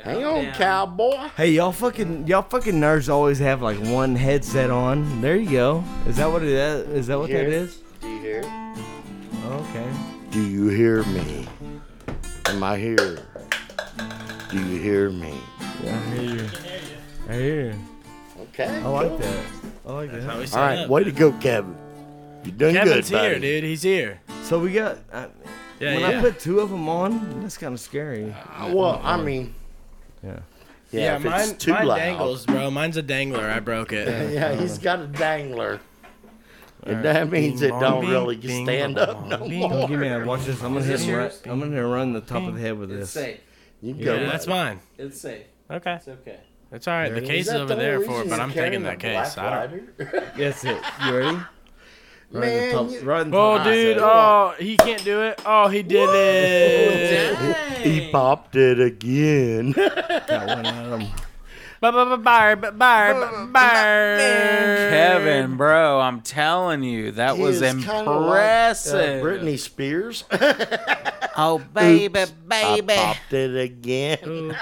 Hang on, cowboy.
Hey, y'all fucking y'all fucking nerds always have like one headset on. There you go. Is that what it is? Is that what that
Here.
is?
Do you hear?
Oh,
Okay.
Do you hear me? Am I here? Do you hear me?
I hear.
Okay.
I like that. I like that.
All right, way to go, Kevin. You done
Kevin's
good, buddy.
here, dude. He's here.
So we got. I,
Yeah,
when
yeah.
I put two of them on, that's kind of scary.
Uh, Well, I mean,
Yeah.
yeah, if
mine,
it's too
mine
loud.
dangles, bro. Mine's a dangler. I broke it.
Yeah, he's got a dangler. And that means it don't really stand up no more.
Give me that. Watch this. I'm gonna hit him right. I'm gonna run the top of the head with this.
You can go.
Yeah, that's mine.
It's safe.
Okay,
It's okay.
that's all right. The
Is
case is
that
over
the
there
only
for it,
reason
but
he's
I'm taking
carrying
that
a
case.
black
I don't.
lighter?
That's it. You ready?
Man,
right in the
you-
top. Right in the top
Oh,
of the
dude.
head.
Oh, he can't do it. Oh, he did it.
he popped it again.
Got one out of 'em.
Ba ba ba bar ba bar ba bar.
Kevin, bro, I'm telling you, that
He
was
is kinda like, uh,
impressive.
Britney Spears.
Oh, baby,
I
baby.
popped it again.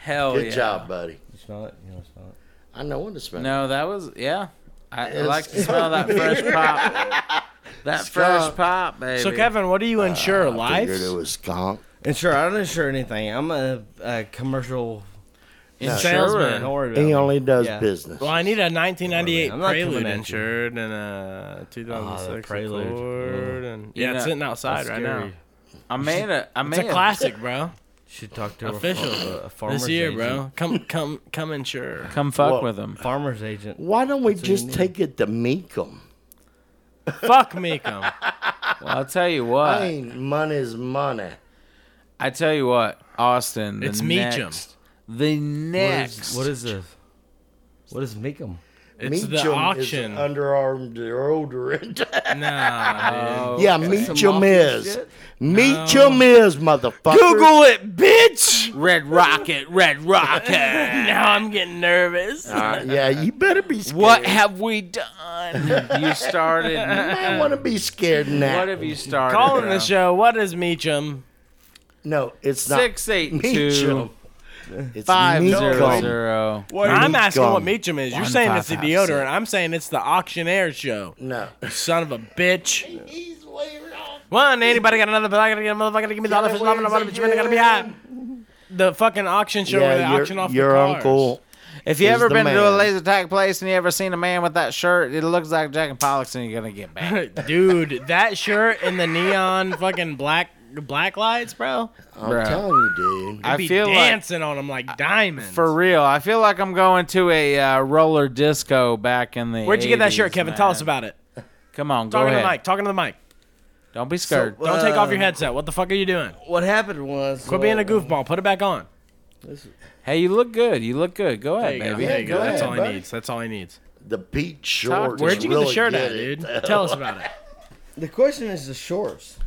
Hell
Good
yeah.
job, buddy.
Smell it. You know, smell it.
I know what it's about.
No, that was yeah. I, I
It's-
like to smell that fresh pop. That fresh pop, baby.
So Kevin, what do
Uh,
you insure?
I
Life?
figured it was skunk.
And sure, I don't insure anything. I'm a, a commercial
Salesman.
Ah,
Don't worry about
He
it.
only does
Yeah.
business.
Well, I need a 1998
I'm not coming
Prelude
at you. Ah,
insured and a 2006
Prelude. Mm.
Accord. And, yeah,
You
it's
know,
sitting outside
That's
right
scary.
now.
I made a I
It's
made
a classic, bro.
Should talk to a
Official.
far- a, a farmer's
This year,
agent.
bro. Come, come, come insure.
Come fuck
Well-
with him.
Farmer's agent.
Why don't we
That's what you
just
need.
take it to Meekum?
Fuck me, come.
Well, I'll tell you what.
I mean, money's money.
I tell you what, Austin. The
It's
next,
Meacham.
The
What
next.
is, what is this? What is Meekum?
It's
Meacham
the
Is
auction.
underarm deodorant.
nah, dude.
yeah, Meacham is. Meacham is, motherfucker.
it, bitch. Red Rocket, Red Rocket.
Now I'm getting nervous.
Uh, yeah, you better be scared.
what have we done? You started.
I want to be scared now.
What have you started?
Calling
bro?
the show. What is Meacham?
No, it's not
Six eight two
Meacham. It's
five zero
Meacham.
zero.
I'm asking
Meacham.
what Meacham is. You're saying it's the deodorant. I'm saying it's the auctioneer show.
No.
Son of a bitch.
He's way wrong.
One, anybody got another, but I gotta get a motherfucker to give me the
Yeah,
other fish,
where
loving the
is
bottom,
it
but you gotta be high.
going?
The fucking auction show where they
Yeah,
auction
your,
off
your
the cars.
uncle.
If you
is
ever
the
been to a
man.
laser tag place and you ever seen a man with that shirt, it looks like Jack and Pollock's and you're gonna get back.
Dude, that shirt and the neon fucking black black lights, bro.
I'm
Bro.
telling you, dude.
I
Be
feel like
dancing on them like diamonds.
for real. I feel like I'm going to a uh, roller disco back in the.
Where'd you get that
80s,
shirt, Kevin?
Man.
Tell us about it.
Come on, go
Talking to
ahead.
the mic. Talking to the mic.
Don't be scared.
Don't take off your
Uh,
headset. What the fuck are you doing?
What happened was.
Quit being a goofball. Put it back on.
hey, you look good. You look good. Go
There
ahead,
you go.
baby.
There you go.
go
That's
ahead,
all he
buddy.
needs. That's all he needs.
The beach
Talk-
shorts.
Where'd you get
really
the shirt
did
at,
it,
dude?
though.
Tell us about it.
The question is the shorts.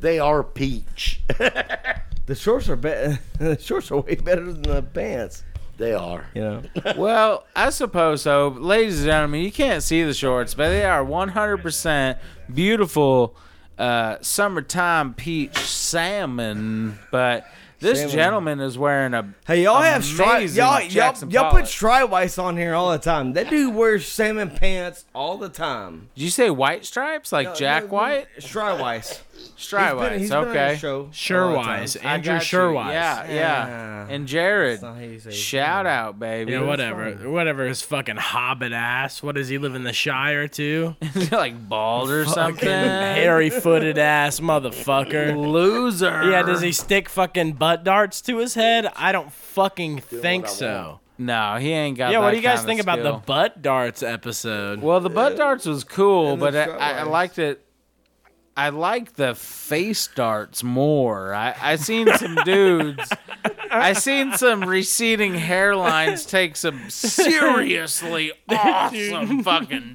They are peach.
the shorts are better. the shorts are way better than the pants.
They are.
You know.
well, I suppose so. Ladies and gentlemen, you can't see the shorts, but they are 100% beautiful uh, summertime peach salmon. But this
Salmon.
gentleman is wearing a.
Hey, y'all have stripes.
amazing
Y'all, y'all,
Jackson
y'all put
Pollock.
stripe whites on here all the time. That dude wears salmon pants all the time.
Did you say white stripes? Like
No,
Jack
no,
White?
Stripe whites.
Stripe
He's been-
whites,
he's been on
okay.
the show
Sure
a lot of
wise,
times. I
Andrew
got you.
Sure wise. Yeah, yeah. And Jared,
shout
out, baby.
Yeah,
Mm.
That's
whatever, whatever. His fucking hobbit ass. What does he live in the Shire too?
like bald or something.
Hairy footed ass motherfucker.
Loser.
Yeah, does he stick fucking butt darts to his head? I don't fucking think
I
so.
No, he ain't got.
Yeah, what
that
do you guys
kinda
think about the
skill.
butt darts episode?
Well, the butt darts was cool,
And
but
the
I,
strut
I, I
lines.
liked it. I like the face darts more. I I seen some dudes. I seen some receding hairlines take some seriously awesome fucking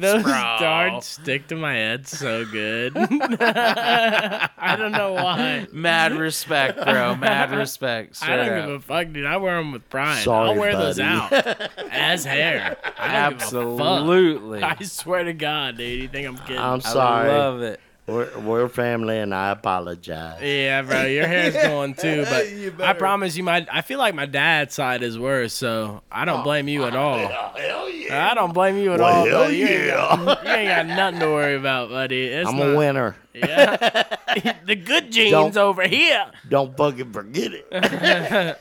Those
bro.
darts stick to my head so good. I don't know why.
Mad respect, bro. Mad respect.
Mm-hmm. I don't
Straight
give
up.
a fuck, dude. I wear them with pride. I'll
Sorry,
wear those
buddy.
out as hair. I don't
Absolutely.
Give a fuck. I swear to God, dude. You think I'm kidding?
I'm sorry.
love it.
We're, we're family, and I apologize.
Yeah, bro, your hair's going too,
You
but I
better.
promise you, my I feel like my dad's side is worse, so I
Oh,
don't blame you at all.
Hell
yeah! I don't blame you at
Well,
all.
hell Oh,
buddy. You ain't got- you ain't got nothing to worry about, buddy. It's
I'm
not-
a winner.
Yeah, the good genes
Don't-
over here,
Don't fucking forget it.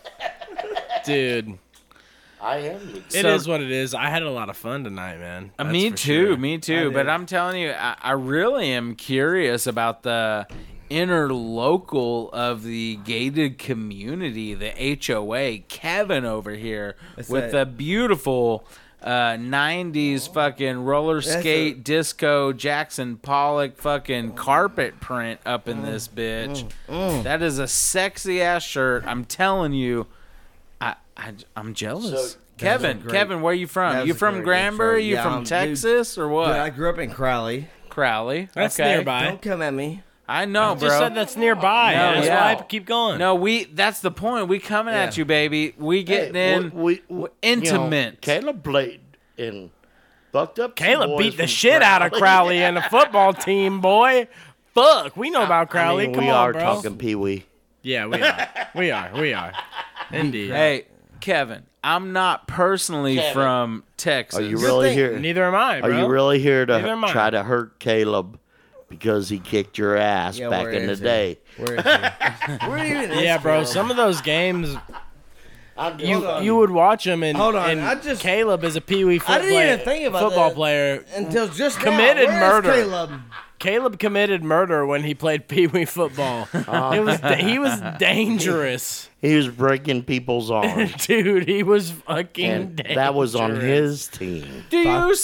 dude.
I am.
It is what it is. I had a lot of fun tonight, man.
Uh,
That's
me
for
too,
sure.
me too. but I'm telling you, I, I really am curious about the inner local of the gated community, the HOA. Kevin over here
That's
with
that-
the beautiful uh, 90s fucking roller
That's
skate disco Jackson Pollock fucking carpet print up
Mm,
in this bitch. That is a sexy ass shirt. I'm telling you, I, I I'm jealous.
So-
Kevin,
That was a great-
Kevin, where you
that
from?
was
You
a
from
great
Granbury?
show.
You
Yeah,
from
I'm- dude,
Texas or what?
dude, I grew up in Crowley.
Crowley.
That's
okay.
nearby. Don't come at me.
I know,
I just
bro.
said
that's nearby.
No,
That's
yeah.
why I keep going.
No, we. That's the point. We coming at
Yeah.
you, baby. We getting
Hey,
in
we- we-
w-
you know,
intimate.
Caleb played and fucked up. some
Caleb
boys
beat the
from
shit out of Crowley and the football team, boy. Fuck, we know about
I
Crowley.
mean,
Come
we
on,
are
bro.
talking Pee Wee.
Yeah, we are. we are. We are. Indeed.
Hey, Kevin. I'm not personally
Kevin.
from Texas.
Are Oh, you really here?
Neither am I,
Are you really here to
Neither am I.
try to hurt Caleb because he kicked your ass
Yeah,
back
where
in the
is he?
day?
Where is
yeah, bro. Some of those games,
Hold
you
on.
you would watch them, and
Hold on,
and
I just-
Caleb is a Pee Wee
I
football
didn't even think about
football
that
player
until just now.
committed
Where is
murder.
Caleb?
Caleb committed murder when he played Pee Wee football.
Oh.
it was he was dangerous,
He was breaking people's arms.
dude. He was fucking
and
dangerous.
that was on his team.
Do you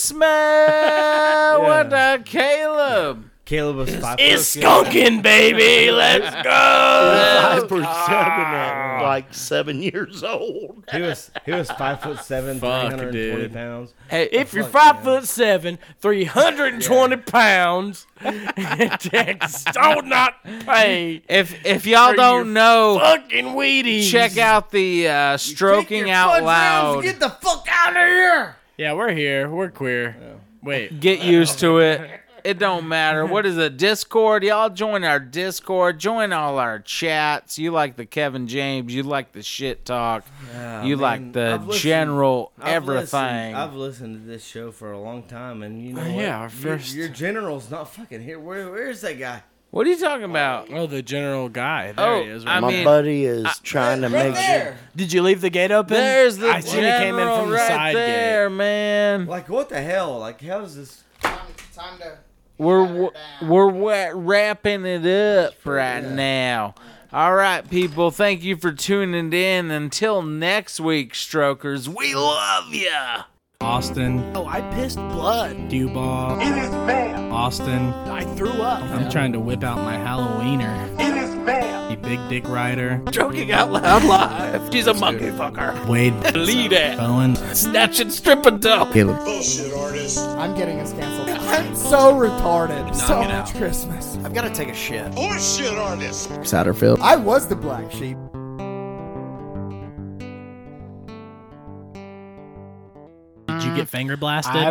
smell what uh, Caleb?
Caleb was five.
It's
skunking, baby. Let's
go. Five for seven at like seven years old.
He was he was five foot seven, three
Fuck,
hundred and twenty
dude.
pounds.
Hey,
if you're five foot seven, three hundred and twenty pounds, Texas don't not pay.
If if y'all
for
don't
your
know,
fucking Wheaties.
Check out the uh, stroking out loud.
Get the fuck out of here.
Yeah, we're here. We're queer. Wait.
Get used to it. It don't matter. What is it? Discord? Y'all join our Discord. Join all our chats. You like the Kevin James. You like the shit talk. you
I mean,
like the
I've listened-
general
I've
everything.
Listened, I've listened to this show for a long time, and you know,
Uh,
what?
yeah, our
Your-
first-
Your, general's not fucking here. Where where is that guy?
what are you talking about?
Oh, the general guy.
There oh, he is. I
My
mean,
buddy is trying to make sure.
Did you leave the gate open?
there's the
I seen
general
it came in from the
right
side gate.
there, man.
Like what the hell? Like how's this?
Time to.
We're w- we're wa- wrapping it up right now. All right, people. Thank you for tuning in. Until next week, strokers. We love ya.
Austin.
Oh, I pissed blood.
Dew bomb.
It is bad.
Austin.
I threw up.
I'm trying to whip out my Halloweener.
It is bad.
The big dick rider.
Joking out loud live. She's a monkey fucker.
Wade.
Lead it.
Bowen.
Snatch and strip and dump.
Bullshit artist.
Christ! I'm getting us canceled. I'm so retarded. so
it
much Christmas. I've got to take a shit. Or shit on this.
Satterfield.
I was the black sheep.
Did you get finger blasted?